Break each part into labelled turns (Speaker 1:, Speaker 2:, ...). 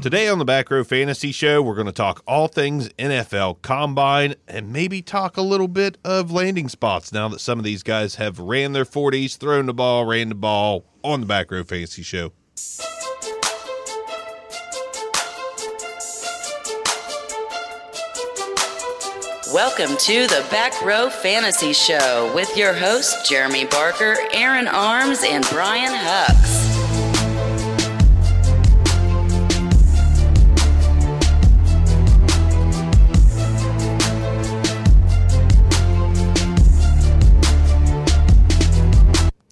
Speaker 1: Today on the Back Row Fantasy Show, we're going to talk all things NFL Combine and maybe talk a little bit of landing spots now that some of these guys have ran their 40s, thrown the ball, ran the ball on the Back Row Fantasy Show.
Speaker 2: Welcome to the Back Row Fantasy Show with your hosts, Jeremy Barker, Aaron Arms, and Brian Hucks.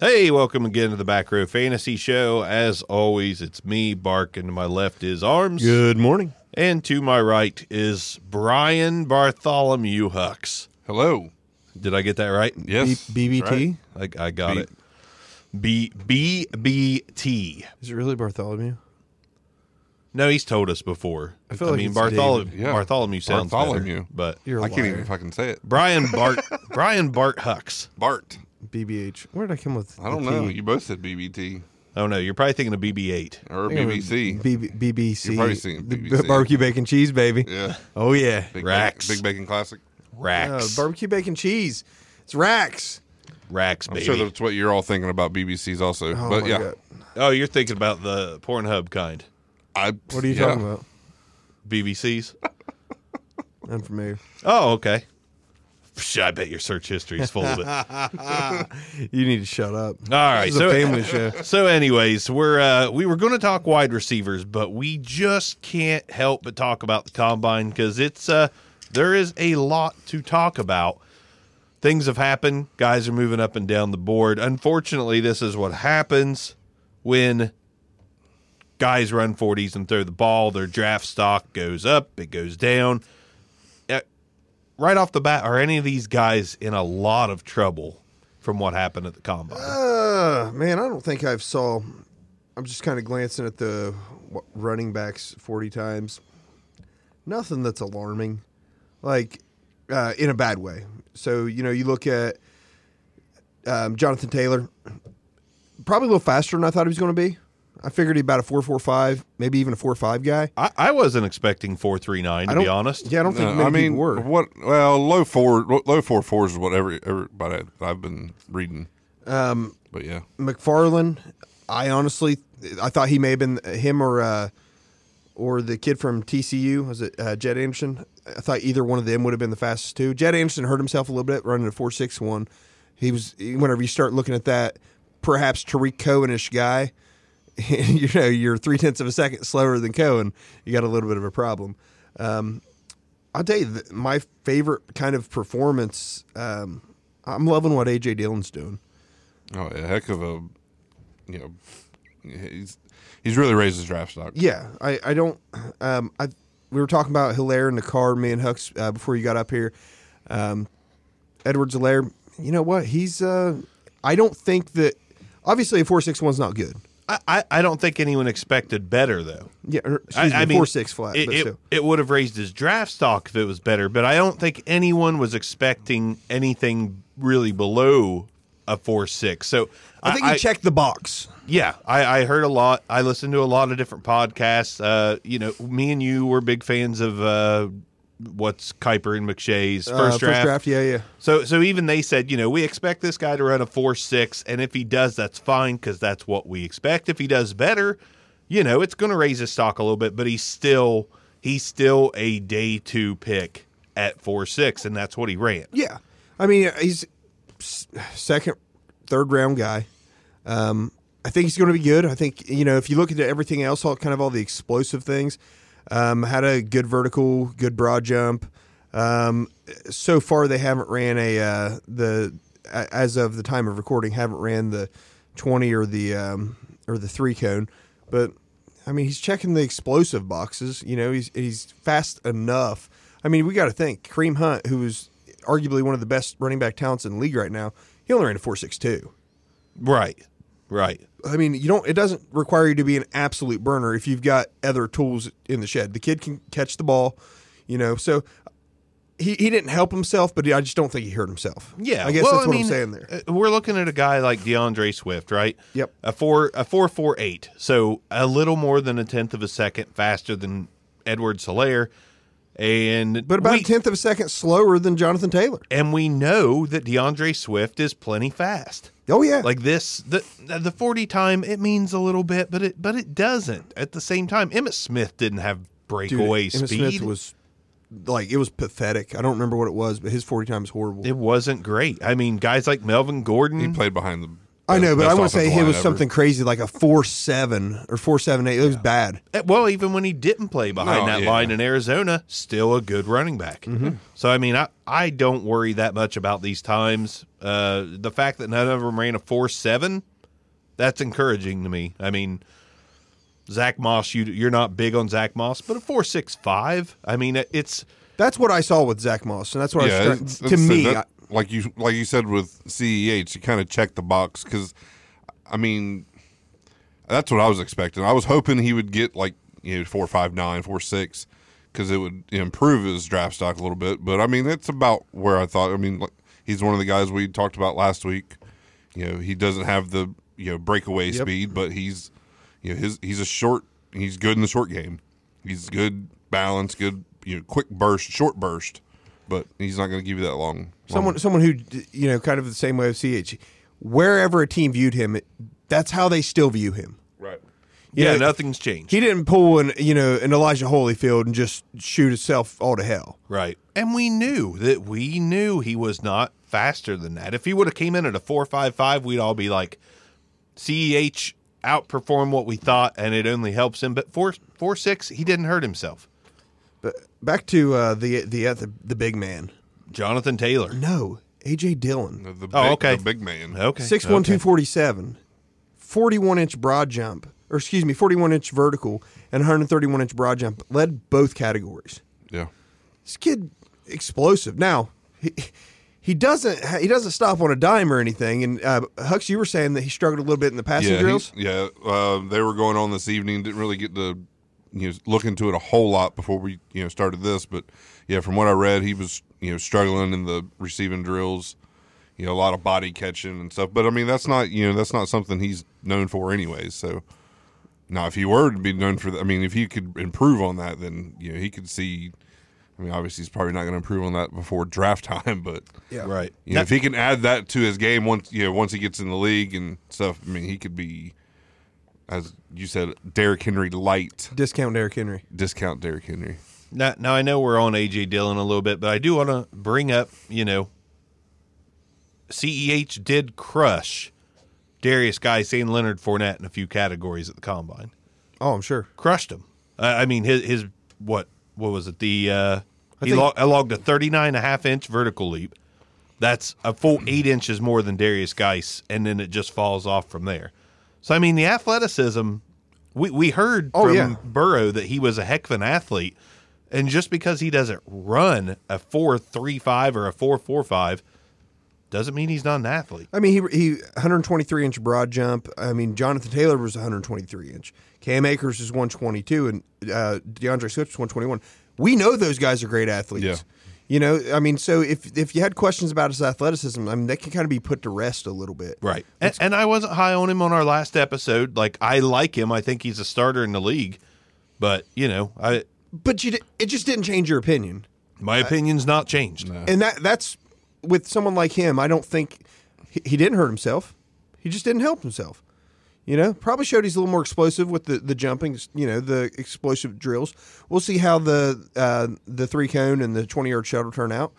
Speaker 1: Hey, welcome again to the Back Row Fantasy Show. As always, it's me, Bark, and to my left is Arms.
Speaker 3: Good morning.
Speaker 1: And to my right is Brian Bartholomew Hucks.
Speaker 4: Hello.
Speaker 1: Did I get that right?
Speaker 4: Yes.
Speaker 3: B- BBT.
Speaker 4: that's right.
Speaker 1: I, I got
Speaker 4: B-
Speaker 1: it. B B B T.
Speaker 3: Is it really Bartholomew?
Speaker 1: No, he's told us before. I,
Speaker 3: feel like
Speaker 1: mean,
Speaker 3: it's
Speaker 1: Bartholomew.
Speaker 4: David. Yeah.
Speaker 1: Bartholomew sounds
Speaker 4: Bartholomew.
Speaker 1: better, but
Speaker 3: You're a
Speaker 4: I can't
Speaker 3: liar.
Speaker 4: even fucking say it.
Speaker 1: Brian Bart Brian Bart Hucks.
Speaker 4: Bart.
Speaker 3: BBH. Where did I come with?
Speaker 4: I don't
Speaker 3: the
Speaker 4: know.
Speaker 3: T?
Speaker 4: You both said BBT
Speaker 1: Oh no, you're probably thinking of BB-8.
Speaker 4: or
Speaker 3: I think it was
Speaker 4: BBC.
Speaker 3: B- BBC.
Speaker 4: You're probably seeing
Speaker 3: The
Speaker 4: BBC.
Speaker 3: barbecue bacon cheese, baby.
Speaker 4: yeah.
Speaker 3: Oh yeah.
Speaker 4: Big,
Speaker 1: Racks.
Speaker 4: Big, Bacon Classic.
Speaker 3: Uh,
Speaker 1: Racks,
Speaker 3: barbecue bacon cheese. It's racks.
Speaker 1: racks,
Speaker 4: I'm
Speaker 1: baby.
Speaker 4: sure that's what you're all thinking about BBCs also.
Speaker 3: Oh
Speaker 4: but
Speaker 3: my
Speaker 4: yeah.
Speaker 3: god.
Speaker 1: oh, you're thinking about the Pornhub kind
Speaker 4: I,
Speaker 3: What are you
Speaker 4: yeah.
Speaker 3: talking about?
Speaker 1: BBCs.
Speaker 3: I'm familiar.
Speaker 1: Oh, okay. Psh, I bet your search history is full of it. All
Speaker 3: You need to shut up.
Speaker 1: right,
Speaker 3: This is
Speaker 1: so
Speaker 3: a family show.
Speaker 1: So, anyways, we're uh, we were going to talk wide receivers, but we just can't help but talk about the combine because it's uh, there is a lot to talk about. Things have happened. Guys are moving up and down the board. Unfortunately, this is what happens when guys run forties and throw the ball. Their draft stock goes up, it goes down. Uh, right off the bat, are any of these guys in a lot of trouble from what happened at the combine?
Speaker 3: Uh, man, I don't think I've saw. I'm just kind of glancing at the w- running backs 40 times. Nothing that's alarming, like uh, in a bad way. So you know, you look at um, Jonathan Taylor, probably a little faster than I thought he was going to be. I figured he'd about a four four five, maybe even a four five guy.
Speaker 1: I, I wasn't expecting four three nine
Speaker 3: I
Speaker 1: to
Speaker 3: don't,
Speaker 1: be honest.
Speaker 3: Yeah, I don't think
Speaker 4: No,
Speaker 3: many
Speaker 4: I mean,
Speaker 3: people were.
Speaker 4: what? Well, low four, low four fours is what every, everybody I've been reading. Um, but yeah,
Speaker 3: McFarland, I honestly, I thought he may have been him or uh, or the kid from TCU. Was it uh, Jed Anderson? I thought either one of them would have been the fastest too. Jed Anderson hurt himself a little bit running a four six one. He was whenever you start looking at that, perhaps Tariq Cohenish guy. you know, you're three tenths of a second slower than Cohen. You got a little bit of a problem. Um, I'll tell you, th- my favorite kind of performance. Um, I'm loving what AJ Dillon's doing.
Speaker 4: oh, a heck of a, you know, he's he's really raised his draft stock.
Speaker 3: Yeah, I, I don't. Um, I we were talking about Hilaire in the car, me and Hucks, uh, before you got up here. Um, Edwards Hilaire, you know what? He's. Uh, I don't think that. Obviously, a four six one's not good.
Speaker 1: I, I, I don't think anyone expected better though.
Speaker 3: Yeah, or, excuse
Speaker 1: I, I
Speaker 3: me,
Speaker 1: mean,
Speaker 3: four six flat.
Speaker 1: It,
Speaker 3: but
Speaker 1: it,
Speaker 3: still.
Speaker 1: it would have raised his draft stock if it was better, but I don't think anyone was expecting anything really below a four six. So
Speaker 3: I think he checked the box.
Speaker 1: Yeah, I, I heard a lot. I listened to a lot of different podcasts. Uh, you know, me and you were big fans of uh, what's Kuiper and McShay's
Speaker 3: Uh,
Speaker 1: first draft.
Speaker 3: first draft. Yeah, yeah.
Speaker 1: So, so even they said, you know, we expect this guy to run a four six, and if he does, that's fine because that's what we expect. If he does better, you know, it's going to raise his stock a little bit, but he's still he's still a day two pick at four six, and that's what he ran.
Speaker 3: Yeah, I mean he's s- second, third round guy. Um, I think he's going to be good. I think you know if you look at everything else, all kind of all the explosive things, um, had a good vertical, good broad jump. Um, so far, they haven't ran a uh, the a- as of the time of recording haven't ran the twenty or the um, or the three cone, but I mean, he's checking the explosive boxes. You know, he's he's fast enough. I mean, we got to think Kareem Hunt, who is arguably one of the best running back talents in the league right now. He only ran a four six two.
Speaker 1: Right. Right.
Speaker 3: I mean, you don't. It doesn't require you to be an absolute burner if you've got other tools in the shed. The kid can catch the ball, you know. So he, he didn't help himself, but I just don't think he hurt himself.
Speaker 1: Yeah,
Speaker 3: I guess
Speaker 1: well,
Speaker 3: that's what
Speaker 1: mean,
Speaker 3: I'm saying there.
Speaker 1: uh, We're looking at a guy like DeAndre Swift, right?
Speaker 3: Yep.
Speaker 1: A four a four four eight, so a little more than a tenth of a second faster than Edward Solaire, and
Speaker 3: But about
Speaker 1: we,
Speaker 3: a tenth of a second slower than Jonathan Taylor.
Speaker 1: and we know that DeAndre Swift is plenty fast.
Speaker 3: Oh yeah,
Speaker 1: Like this, the the forty time it means a little bit, but it but it doesn't. At the same time, Emmett Smith didn't have
Speaker 3: Dude,
Speaker 1: breakaway
Speaker 3: Emmitt
Speaker 1: speed.
Speaker 3: Smith was like it was pathetic. I don't remember what it was, but his forty times horrible.
Speaker 1: it wasn't great. I mean, guys like Melvin Gordon,
Speaker 4: He played behind the.
Speaker 3: I know, but
Speaker 4: best
Speaker 3: I want to
Speaker 4: offensive
Speaker 3: say it
Speaker 4: line
Speaker 3: was
Speaker 4: ever.
Speaker 3: something crazy like a four seven or four seven eight. It was bad.
Speaker 1: Eh, Well, even when he didn't play behind
Speaker 4: No,
Speaker 1: that
Speaker 4: yeah.
Speaker 1: line in Arizona, still a good running back. So I mean, I, I don't worry that much about these times. Uh, the fact that none of them ran a four seven, that's encouraging to me. I mean, Zach Moss, you you're not big on Zach Moss, but a four six five. I mean, it- it's
Speaker 3: That's what I saw with Zach Moss, and that's what I
Speaker 4: Yeah,
Speaker 3: was
Speaker 4: it's-
Speaker 3: trying, to
Speaker 4: it's-
Speaker 3: me.
Speaker 4: that-
Speaker 3: I-
Speaker 4: like you like you said with CEH, you kind of checked the box because, I mean, that's what I was expecting. I was hoping he would get like you know four five nine four six because it would improve his draft stock a little bit. But I mean, that's about where I thought. I mean, like, he's one of the guys we talked about last week. You know, he doesn't have the you know breakaway speed, but he's you know his he's a short. He's good in the short game. He's good balance, good you know quick burst, short burst. But he's not going to give you that long.
Speaker 3: someone someone who d- you know kind of the same way of ch wherever a team viewed him it- that's how they still view him
Speaker 4: right.
Speaker 3: You
Speaker 1: yeah,
Speaker 3: know,
Speaker 1: nothing's changed,
Speaker 3: he didn't pull an you know an elijah holyfield and just shoot himself all to hell
Speaker 1: right? And we knew that we knew he was not faster than that. If he would have came in at a four five five, we'd all be like, CEH outperformed what we thought, and it only helps him. But four four six, he didn't hurt himself.
Speaker 3: but back to uh, the, the uh, the the big man
Speaker 1: Jonathan Taylor.
Speaker 3: no aj dillon
Speaker 4: The big,
Speaker 1: Oh, okay.
Speaker 4: The big man.
Speaker 1: Okay.
Speaker 3: six one two forty seven, 41 inch broad jump or excuse me 41 inch vertical and 131 inch broad jump led both categories
Speaker 4: Yeah.
Speaker 3: this kid explosive. Now he he doesn't he doesn't stop on a dime or anything. And uh, Hux, you were saying that he struggled a little bit in the passing
Speaker 4: Yeah. he-
Speaker 3: drills.
Speaker 4: yeah. Uh, they were going on this evening. Didn't really get to you know look into it a whole lot before we you know started this, but yeah, from what I read, he was you know struggling in the receiving drills. You know, a lot of body catching and stuff. But I mean, that's not you know that's not something he's known for, anyways. So. Now, if he were to be known for that, I mean, if he could improve on that, then you know he could see. I mean, obviously, he's probably not going to improve on that before draft time, but
Speaker 3: Yeah.
Speaker 1: Right.
Speaker 4: You know, if he can add that to his game once you know once he gets in the league and stuff, I mean he could be, as you said, Derrick Henry light.
Speaker 3: Discount Derrick Henry.
Speaker 4: Discount Derrick Henry.
Speaker 1: Now, now I know we're on AJ Dillon a little bit, but I do want to bring up, you know, CEH did crush Darius Guy and Leonard Fournette in a few categories at the combine.
Speaker 3: Oh, I'm sure.
Speaker 1: Crushed him. I I mean, his, his what what was it? The uh, he
Speaker 3: think-
Speaker 1: log, I logged a 39 and a half inch vertical leap. That's a full eight inches more than Darius Geis, and then it just falls off from there. So I mean, the athleticism. We we heard
Speaker 3: Oh,
Speaker 1: from
Speaker 3: yeah.
Speaker 1: Burrow that he was a heck of an athlete, and just because he doesn't run a four three five or a four four five, doesn't mean he's not an athlete.
Speaker 3: I mean, he he 123 inch broad jump. I mean, Jonathan Taylor was 123 inch. Cam Akers is 122, and uh, DeAndre Swift is 121. We know those guys are great athletes.
Speaker 4: Yeah.
Speaker 3: You know, I mean, so if if you had questions about his athleticism, I mean, that can kind of be put to rest a little bit.
Speaker 1: Right. And, and I wasn't high on him on our last episode. Like I like him. I think he's a starter in the league, but you know, I
Speaker 3: But you, di- it just didn't change your opinion.
Speaker 1: my opinion's not changed.
Speaker 3: and that that's with someone like him. I don't think he, he didn't hurt himself. He just didn't help himself. You know, probably showed he's a little more explosive with the the jumping. You know, the explosive drills. We'll see how the uh, the three cone and the twenty yard shuttle turn out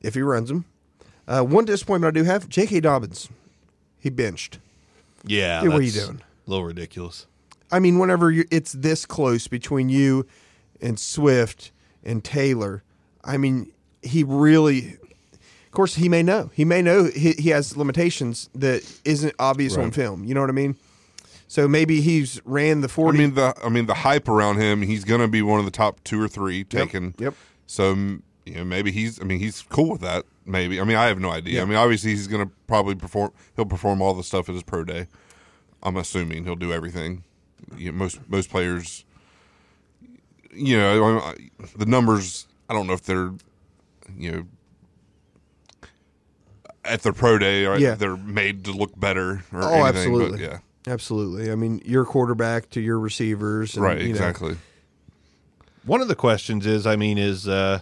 Speaker 3: if he runs them. Uh, one disappointment I do have: J.K. Dobbins, he benched.
Speaker 1: Yeah.
Speaker 3: Dude, what are you
Speaker 1: that's
Speaker 3: doing?
Speaker 1: A little ridiculous.
Speaker 3: I mean, whenever you it's this close between you and Swift and Taylor, I mean, he really. Of course, he may know. He may know he, he has limitations that isn't obvious on film. You know what I mean? So maybe he's ran the
Speaker 4: I
Speaker 3: forty.
Speaker 4: mean the I mean the hype around him. He's going to be one of the top two or three taken.
Speaker 3: yep.
Speaker 4: So mm, you know maybe he's. I mean he's cool with that. Maybe I mean I have no idea. I mean obviously he's going to probably perform. He'll perform all the stuff at his pro day. I'm assuming he'll do everything. You know, most most players. You know I- I- the numbers. I don't know if they're, you know. At their pro day, right?
Speaker 3: Yeah.
Speaker 4: they're made to look better. Or
Speaker 3: oh,
Speaker 4: anything,
Speaker 3: absolutely.
Speaker 4: But yeah,
Speaker 3: absolutely. I mean, your quarterback to your receivers. and,
Speaker 4: right,
Speaker 3: you know,
Speaker 4: exactly.
Speaker 1: One of the questions is, I mean, is uh,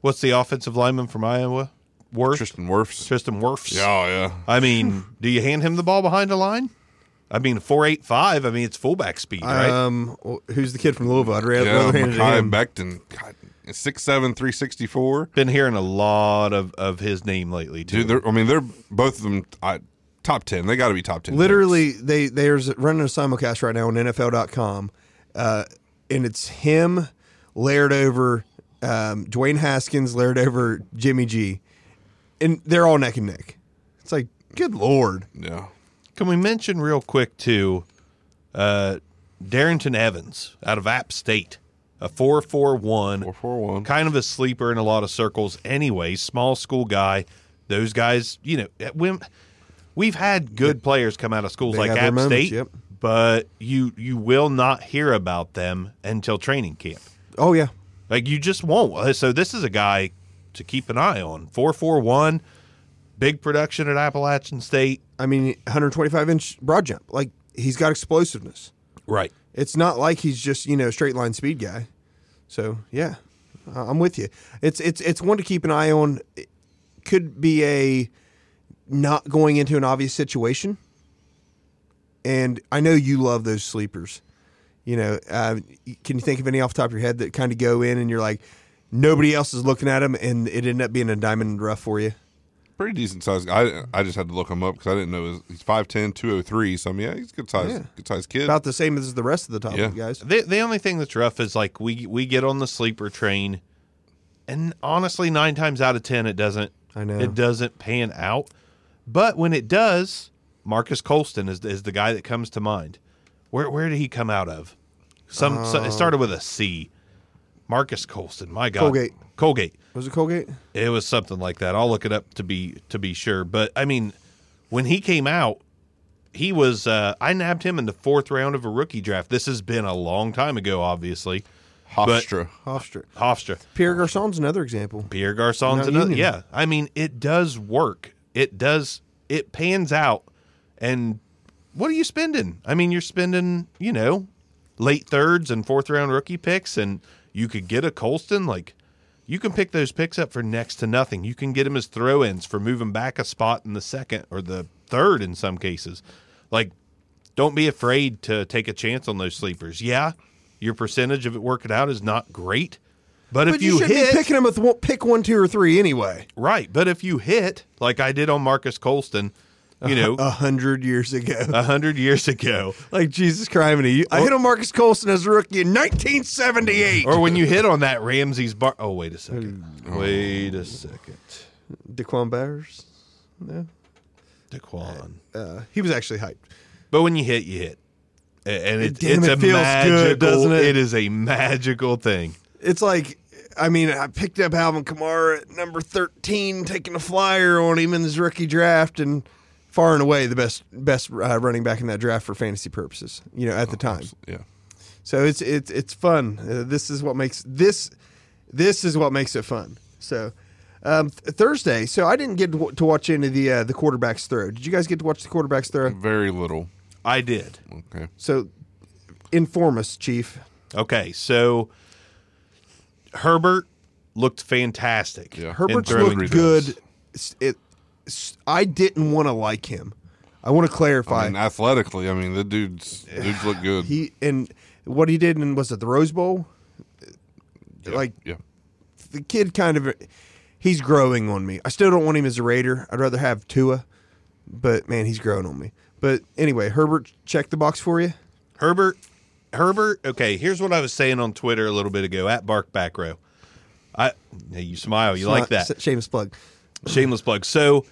Speaker 1: what's the offensive lineman from Iowa? Worth
Speaker 4: Tristan Wirfs.
Speaker 1: Tristan Wirfs.
Speaker 4: Yeah, oh, yeah.
Speaker 1: I mean, do you hand him the ball behind the line? I mean, four eight five. I mean, it's fullback speed, right?
Speaker 3: Um, well, who's the kid from Louisville? I'd rather
Speaker 4: Yeah,
Speaker 3: rather hand it to
Speaker 4: Makai
Speaker 3: him.
Speaker 4: Becton, God, 6'7", 364.
Speaker 1: Been hearing a lot of, of his name lately too.
Speaker 4: Dude, they're, I mean, they're both of them I, top ten. They got to be top ten.
Speaker 3: Literally, they there's running a simulcast right now on NFL.com, uh, and it's him layered over um, Dwayne Haskins, layered over Jimmy G, and they're all neck and neck. It's like, good lord,
Speaker 4: picks. Yeah,
Speaker 1: Can we mention real quick too, uh, Darrington Evans out of App State, a four four one,
Speaker 4: four four one.
Speaker 1: kind of a sleeper in a lot of circles. Anyway, small school guy. Those guys, you know, at Wim, we've had good players come out of schools
Speaker 3: They
Speaker 1: like
Speaker 3: got their
Speaker 1: App
Speaker 3: moments,
Speaker 1: State,
Speaker 3: yep.
Speaker 1: but you you will not hear about them until training camp.
Speaker 3: oh yeah,
Speaker 1: Like you just won't. Uh, So this is a guy to keep an eye on. Four four one, big production at Appalachian State.
Speaker 3: I mean, 125 inch broad jump, like he's got explosiveness.
Speaker 1: Right.
Speaker 3: It's not like he's just you know a straight line speed guy. So yeah, I- I'm with you. It's it's it's one to keep an eye on. It could be a not going into an obvious situation. And I know you love those sleepers. You know, uh, can you think of any off the top of your head that kind of go in and you're like, nobody else is looking at them, and it ended up being a diamond in the rough for you?
Speaker 4: Pretty decent size. guy. I I just had to look him up because I didn't know his, he's 5'10", 203. So I mean, yeah, he's a good size,
Speaker 3: Yeah.
Speaker 4: good size kid.
Speaker 3: About the same as the rest of the top
Speaker 4: Yeah.
Speaker 3: guys.
Speaker 1: The the only thing that's rough is like we we get on the sleeper train, and honestly, nine times out of ten, it doesn't.
Speaker 3: I know.
Speaker 1: it doesn't pan out. But when it does, Marcus Colston is is the guy that comes to mind. Where where did he come out of? Some so- it started with a C. Marcus Colston. My God.
Speaker 3: Colgate.
Speaker 1: Colgate.
Speaker 3: Was it Colgate?
Speaker 1: It was something like that. I'll look it up to be to be sure. But I mean, when he came out, he was uh, I nabbed him in the fourth round of a rookie draft. This has been a long time ago, obviously.
Speaker 4: Hofstra.
Speaker 3: Hofstra.
Speaker 1: Hofstra,
Speaker 3: Pierre Garcon's another example.
Speaker 1: Pierre Garcon's
Speaker 3: Not
Speaker 1: another.
Speaker 3: union.
Speaker 1: Yeah, I mean, it does work. It does. It pans out. And what are you spending? I mean, you're spending you know late thirds and fourth round rookie picks, and you could get a Colston like. You can pick those picks up for next to nothing. You can get them as throw ins for moving back a spot in the second or the third in some cases. Like, don't be afraid to take a chance on those sleepers. Yeah, your percentage of it working out is not great, but, if
Speaker 3: But you,
Speaker 1: you,
Speaker 3: should
Speaker 1: hit,
Speaker 3: be picking them with one, pick one, two, or three anyway.
Speaker 1: right, but if you hit like I did on Marcus Colston, you know,
Speaker 3: A hundred years ago,
Speaker 1: a hundred years ago,
Speaker 3: like Jesus Christ, you- Uh, I hit on Marcus Colson as a rookie in 1978.
Speaker 1: or when you hit on that Ramsey's bar. Oh, wait a second, wait a second,
Speaker 3: Daquan Bowers, no,
Speaker 1: Daquan.
Speaker 3: uh, he was actually hyped.
Speaker 1: But when you hit, you hit. A- And it,
Speaker 3: Damn,
Speaker 1: it's
Speaker 3: it
Speaker 1: a
Speaker 3: feels
Speaker 1: magical,
Speaker 3: good, doesn't it?
Speaker 1: It is a magical thing.
Speaker 3: It's like, I mean, I picked up Alvin Kamara at number 13, taking a flyer on him in his rookie draft, and far and away the best best uh, running back in that draft for fantasy purposes. You know, at the time.
Speaker 4: Yeah.
Speaker 3: So it's it's it's fun. Uh, this is what makes this this is what makes it fun. So um, th- Thursday. So I didn't get to, w- to watch any of the uh, the quarterbacks throw. Did you guys get to watch the quarterbacks throw?
Speaker 4: Very little.
Speaker 1: I did.
Speaker 4: Okay.
Speaker 3: So inform us, Chief.
Speaker 1: Okay, so Herbert looked fantastic.
Speaker 4: Yeah.
Speaker 1: in
Speaker 3: Herbert's
Speaker 1: throwing
Speaker 3: looked
Speaker 4: reads.
Speaker 3: good. S- It, s- I didn't want to like him. I want to clarify.
Speaker 4: And athletically, I mean, the dudes dudes look good.
Speaker 3: he and what he did in was it the Rose Bowl?
Speaker 4: Yeah,
Speaker 3: Like
Speaker 4: yeah.
Speaker 3: the kid kind of he's growing on me. I still don't want him as a Raider. I'd rather have Tua, but man, he's growing on me. But anyway, Herbert check the box for you.
Speaker 1: Herbert, Herbert. Okay, here's what I was saying on Twitter a little bit ago at Bark Back Row. I hey, you smile, you like that.
Speaker 3: Shameless plug.
Speaker 1: Shameless plug. So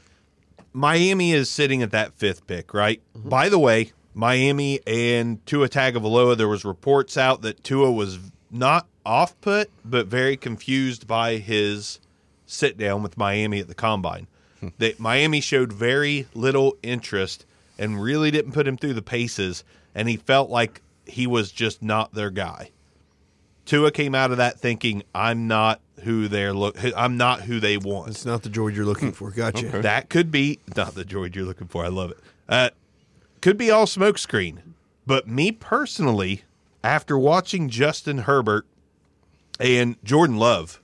Speaker 1: Miami is sitting at that fifth pick, right? By the way, Miami and Tua Tagovailoa. There was reports out that Tua was not off put, but very confused by his sit down with Miami at the combine. that Miami showed very little interest and really didn't put him through the paces, and he felt like he was just not their guy. Tua came out of that thinking, "I'm not who they're look. I'm not who they want."
Speaker 3: It's not the droid you're looking for. Gotcha.
Speaker 1: That could be not the droid you're looking for. I love it. Uh, could be all smokescreen. But me personally, after watching Justin Herbert and Jordan Love,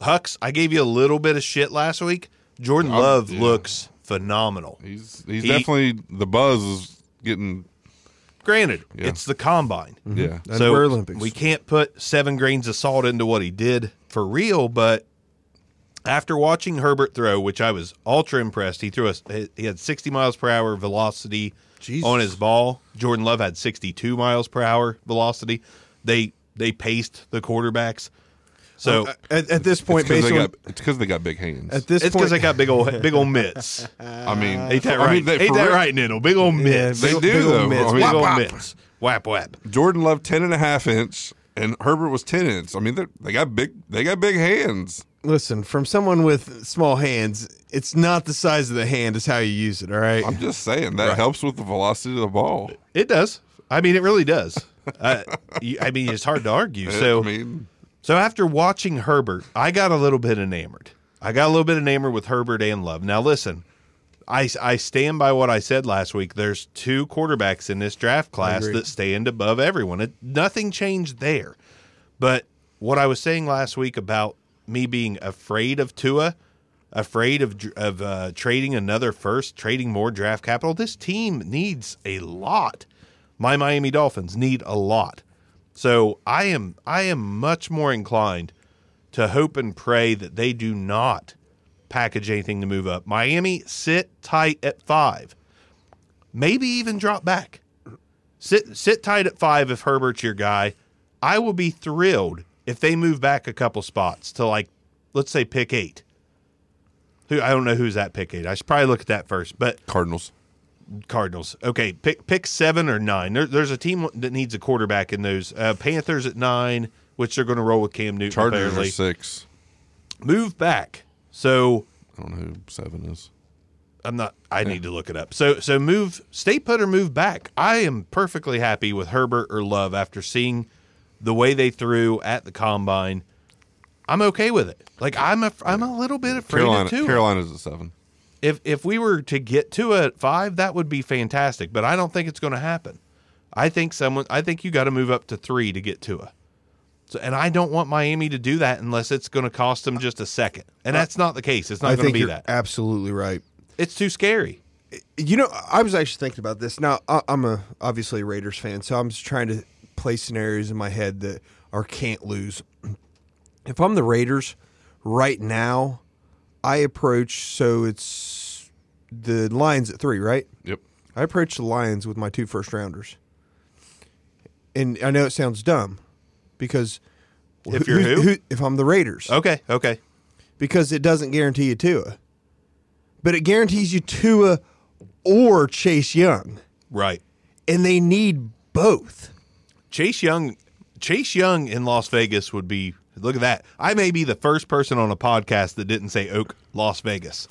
Speaker 1: Hux, I gave you a little bit of shit last week. Jordan Love
Speaker 4: Um, yeah.
Speaker 1: looks phenomenal.
Speaker 4: He's he's
Speaker 1: He-
Speaker 4: definitely the buzz is getting
Speaker 1: Granted,
Speaker 4: Yeah.
Speaker 1: it's the combine.
Speaker 4: yeah.
Speaker 3: That's where Olympics.
Speaker 1: We can't put seven grains of salt into what he did for real, but after watching Herbert throw, which I was ultra impressed, he threw us. He had 60 miles per hour velocity
Speaker 3: Jesus.
Speaker 1: on his ball. Jordan Love had 62 miles per hour velocity. They they paced the quarterbacks. So
Speaker 3: at, at this point,
Speaker 4: It's 'cause
Speaker 3: based
Speaker 4: they
Speaker 3: on
Speaker 4: got it's because they got big hands.
Speaker 3: at this
Speaker 1: it's
Speaker 3: point,
Speaker 1: because they got big old big old mitts.
Speaker 4: I mean,
Speaker 1: Ain't that right?
Speaker 4: I mean, they,
Speaker 1: Ain't
Speaker 4: for
Speaker 1: that
Speaker 4: real-
Speaker 1: right, Niddle? Big old mitts.
Speaker 4: They
Speaker 3: big ol-
Speaker 4: do
Speaker 3: big ol'
Speaker 4: though.
Speaker 3: mitts.
Speaker 4: I mean,
Speaker 1: big old
Speaker 4: whap, whap.
Speaker 1: mitts. Whap whap.
Speaker 4: Jordan Love 10 and a half inch and Herbert was 10 inch. I mean, they're- they got big they got big hands.
Speaker 3: listen from someone with small hands. It's not the size of the hand; it's how you use it. All right.
Speaker 4: I'm just saying that helps with the velocity of the ball.
Speaker 1: It does. I mean, it really does. Uh, you, I mean, it's hard to argue. So
Speaker 4: I mean,
Speaker 1: So after watching Herbert, I got a little bit enamored. I got a little bit enamored with Herbert and Love. Now listen, I I stand by what I said last week. There's two quarterbacks in this draft class that stand above everyone. It, nothing changed there. But what I was saying last week about me being afraid of Tua, afraid of dr- of uh, trading another first, trading more draft capital. This team needs a lot. My Miami Dolphins need a lot. So I am I am much more inclined to hope and pray that they do not package anything to move up. Miami sit tight at 5. Maybe even drop back. Sit sit tight at 5 if Herbert's your guy. I will be thrilled if they move back a couple spots to like let's say pick 8. Who I don't know who's at pick 8. I should probably look at that first, but
Speaker 4: Cardinals.
Speaker 1: Cardinals. Okay, pick pick seven or nine. There, there's a team that needs a quarterback in those. Uh, Panthers at nine, which they're going to roll with Cam Newton.
Speaker 4: Chargers
Speaker 1: apparently.
Speaker 4: are 6.
Speaker 1: Move back. So
Speaker 4: I don't know who 7 is.
Speaker 1: I'm not. I need to look it up. So so move. Stay put or move back. I am perfectly happy with Herbert or Love after seeing the way they threw at the combine. I'm okay with it. Like I'm a I'm a little bit afraid
Speaker 4: Carolina
Speaker 1: of two.
Speaker 4: Carolina's at 7.
Speaker 1: if if we were to get to it at five, that would be fantastic. But I don't think it's going to happen. I think someone. I think you got to move up to three to get to it. So, and I don't want Miami to do that unless it's going to cost them just a second. And that's not the case. It's
Speaker 3: I
Speaker 1: not going
Speaker 3: think
Speaker 1: to be
Speaker 3: you're
Speaker 1: that.
Speaker 3: absolutely right.
Speaker 1: It's too scary.
Speaker 3: You know, I was actually thinking about this. Now, I- I'm a obviously a Raiders fan, so I'm just trying to play scenarios in my head that are can't lose. If I'm the Raiders right now, I approach so it's the Lions at three, right?
Speaker 4: Yep.
Speaker 3: I approach the Lions with my two first rounders, and I know it sounds dumb because
Speaker 1: If you're who?
Speaker 3: if I'm the Raiders,
Speaker 1: Okay. Okay.
Speaker 3: because it doesn't guarantee you Tua, but it guarantees you Tua or Chase Young,
Speaker 1: Right.
Speaker 3: and they need both.
Speaker 1: Chase Young. Chase Young in Las Vegas would be. Look at that. I may be the first person on a podcast that didn't say Oak Las Vegas.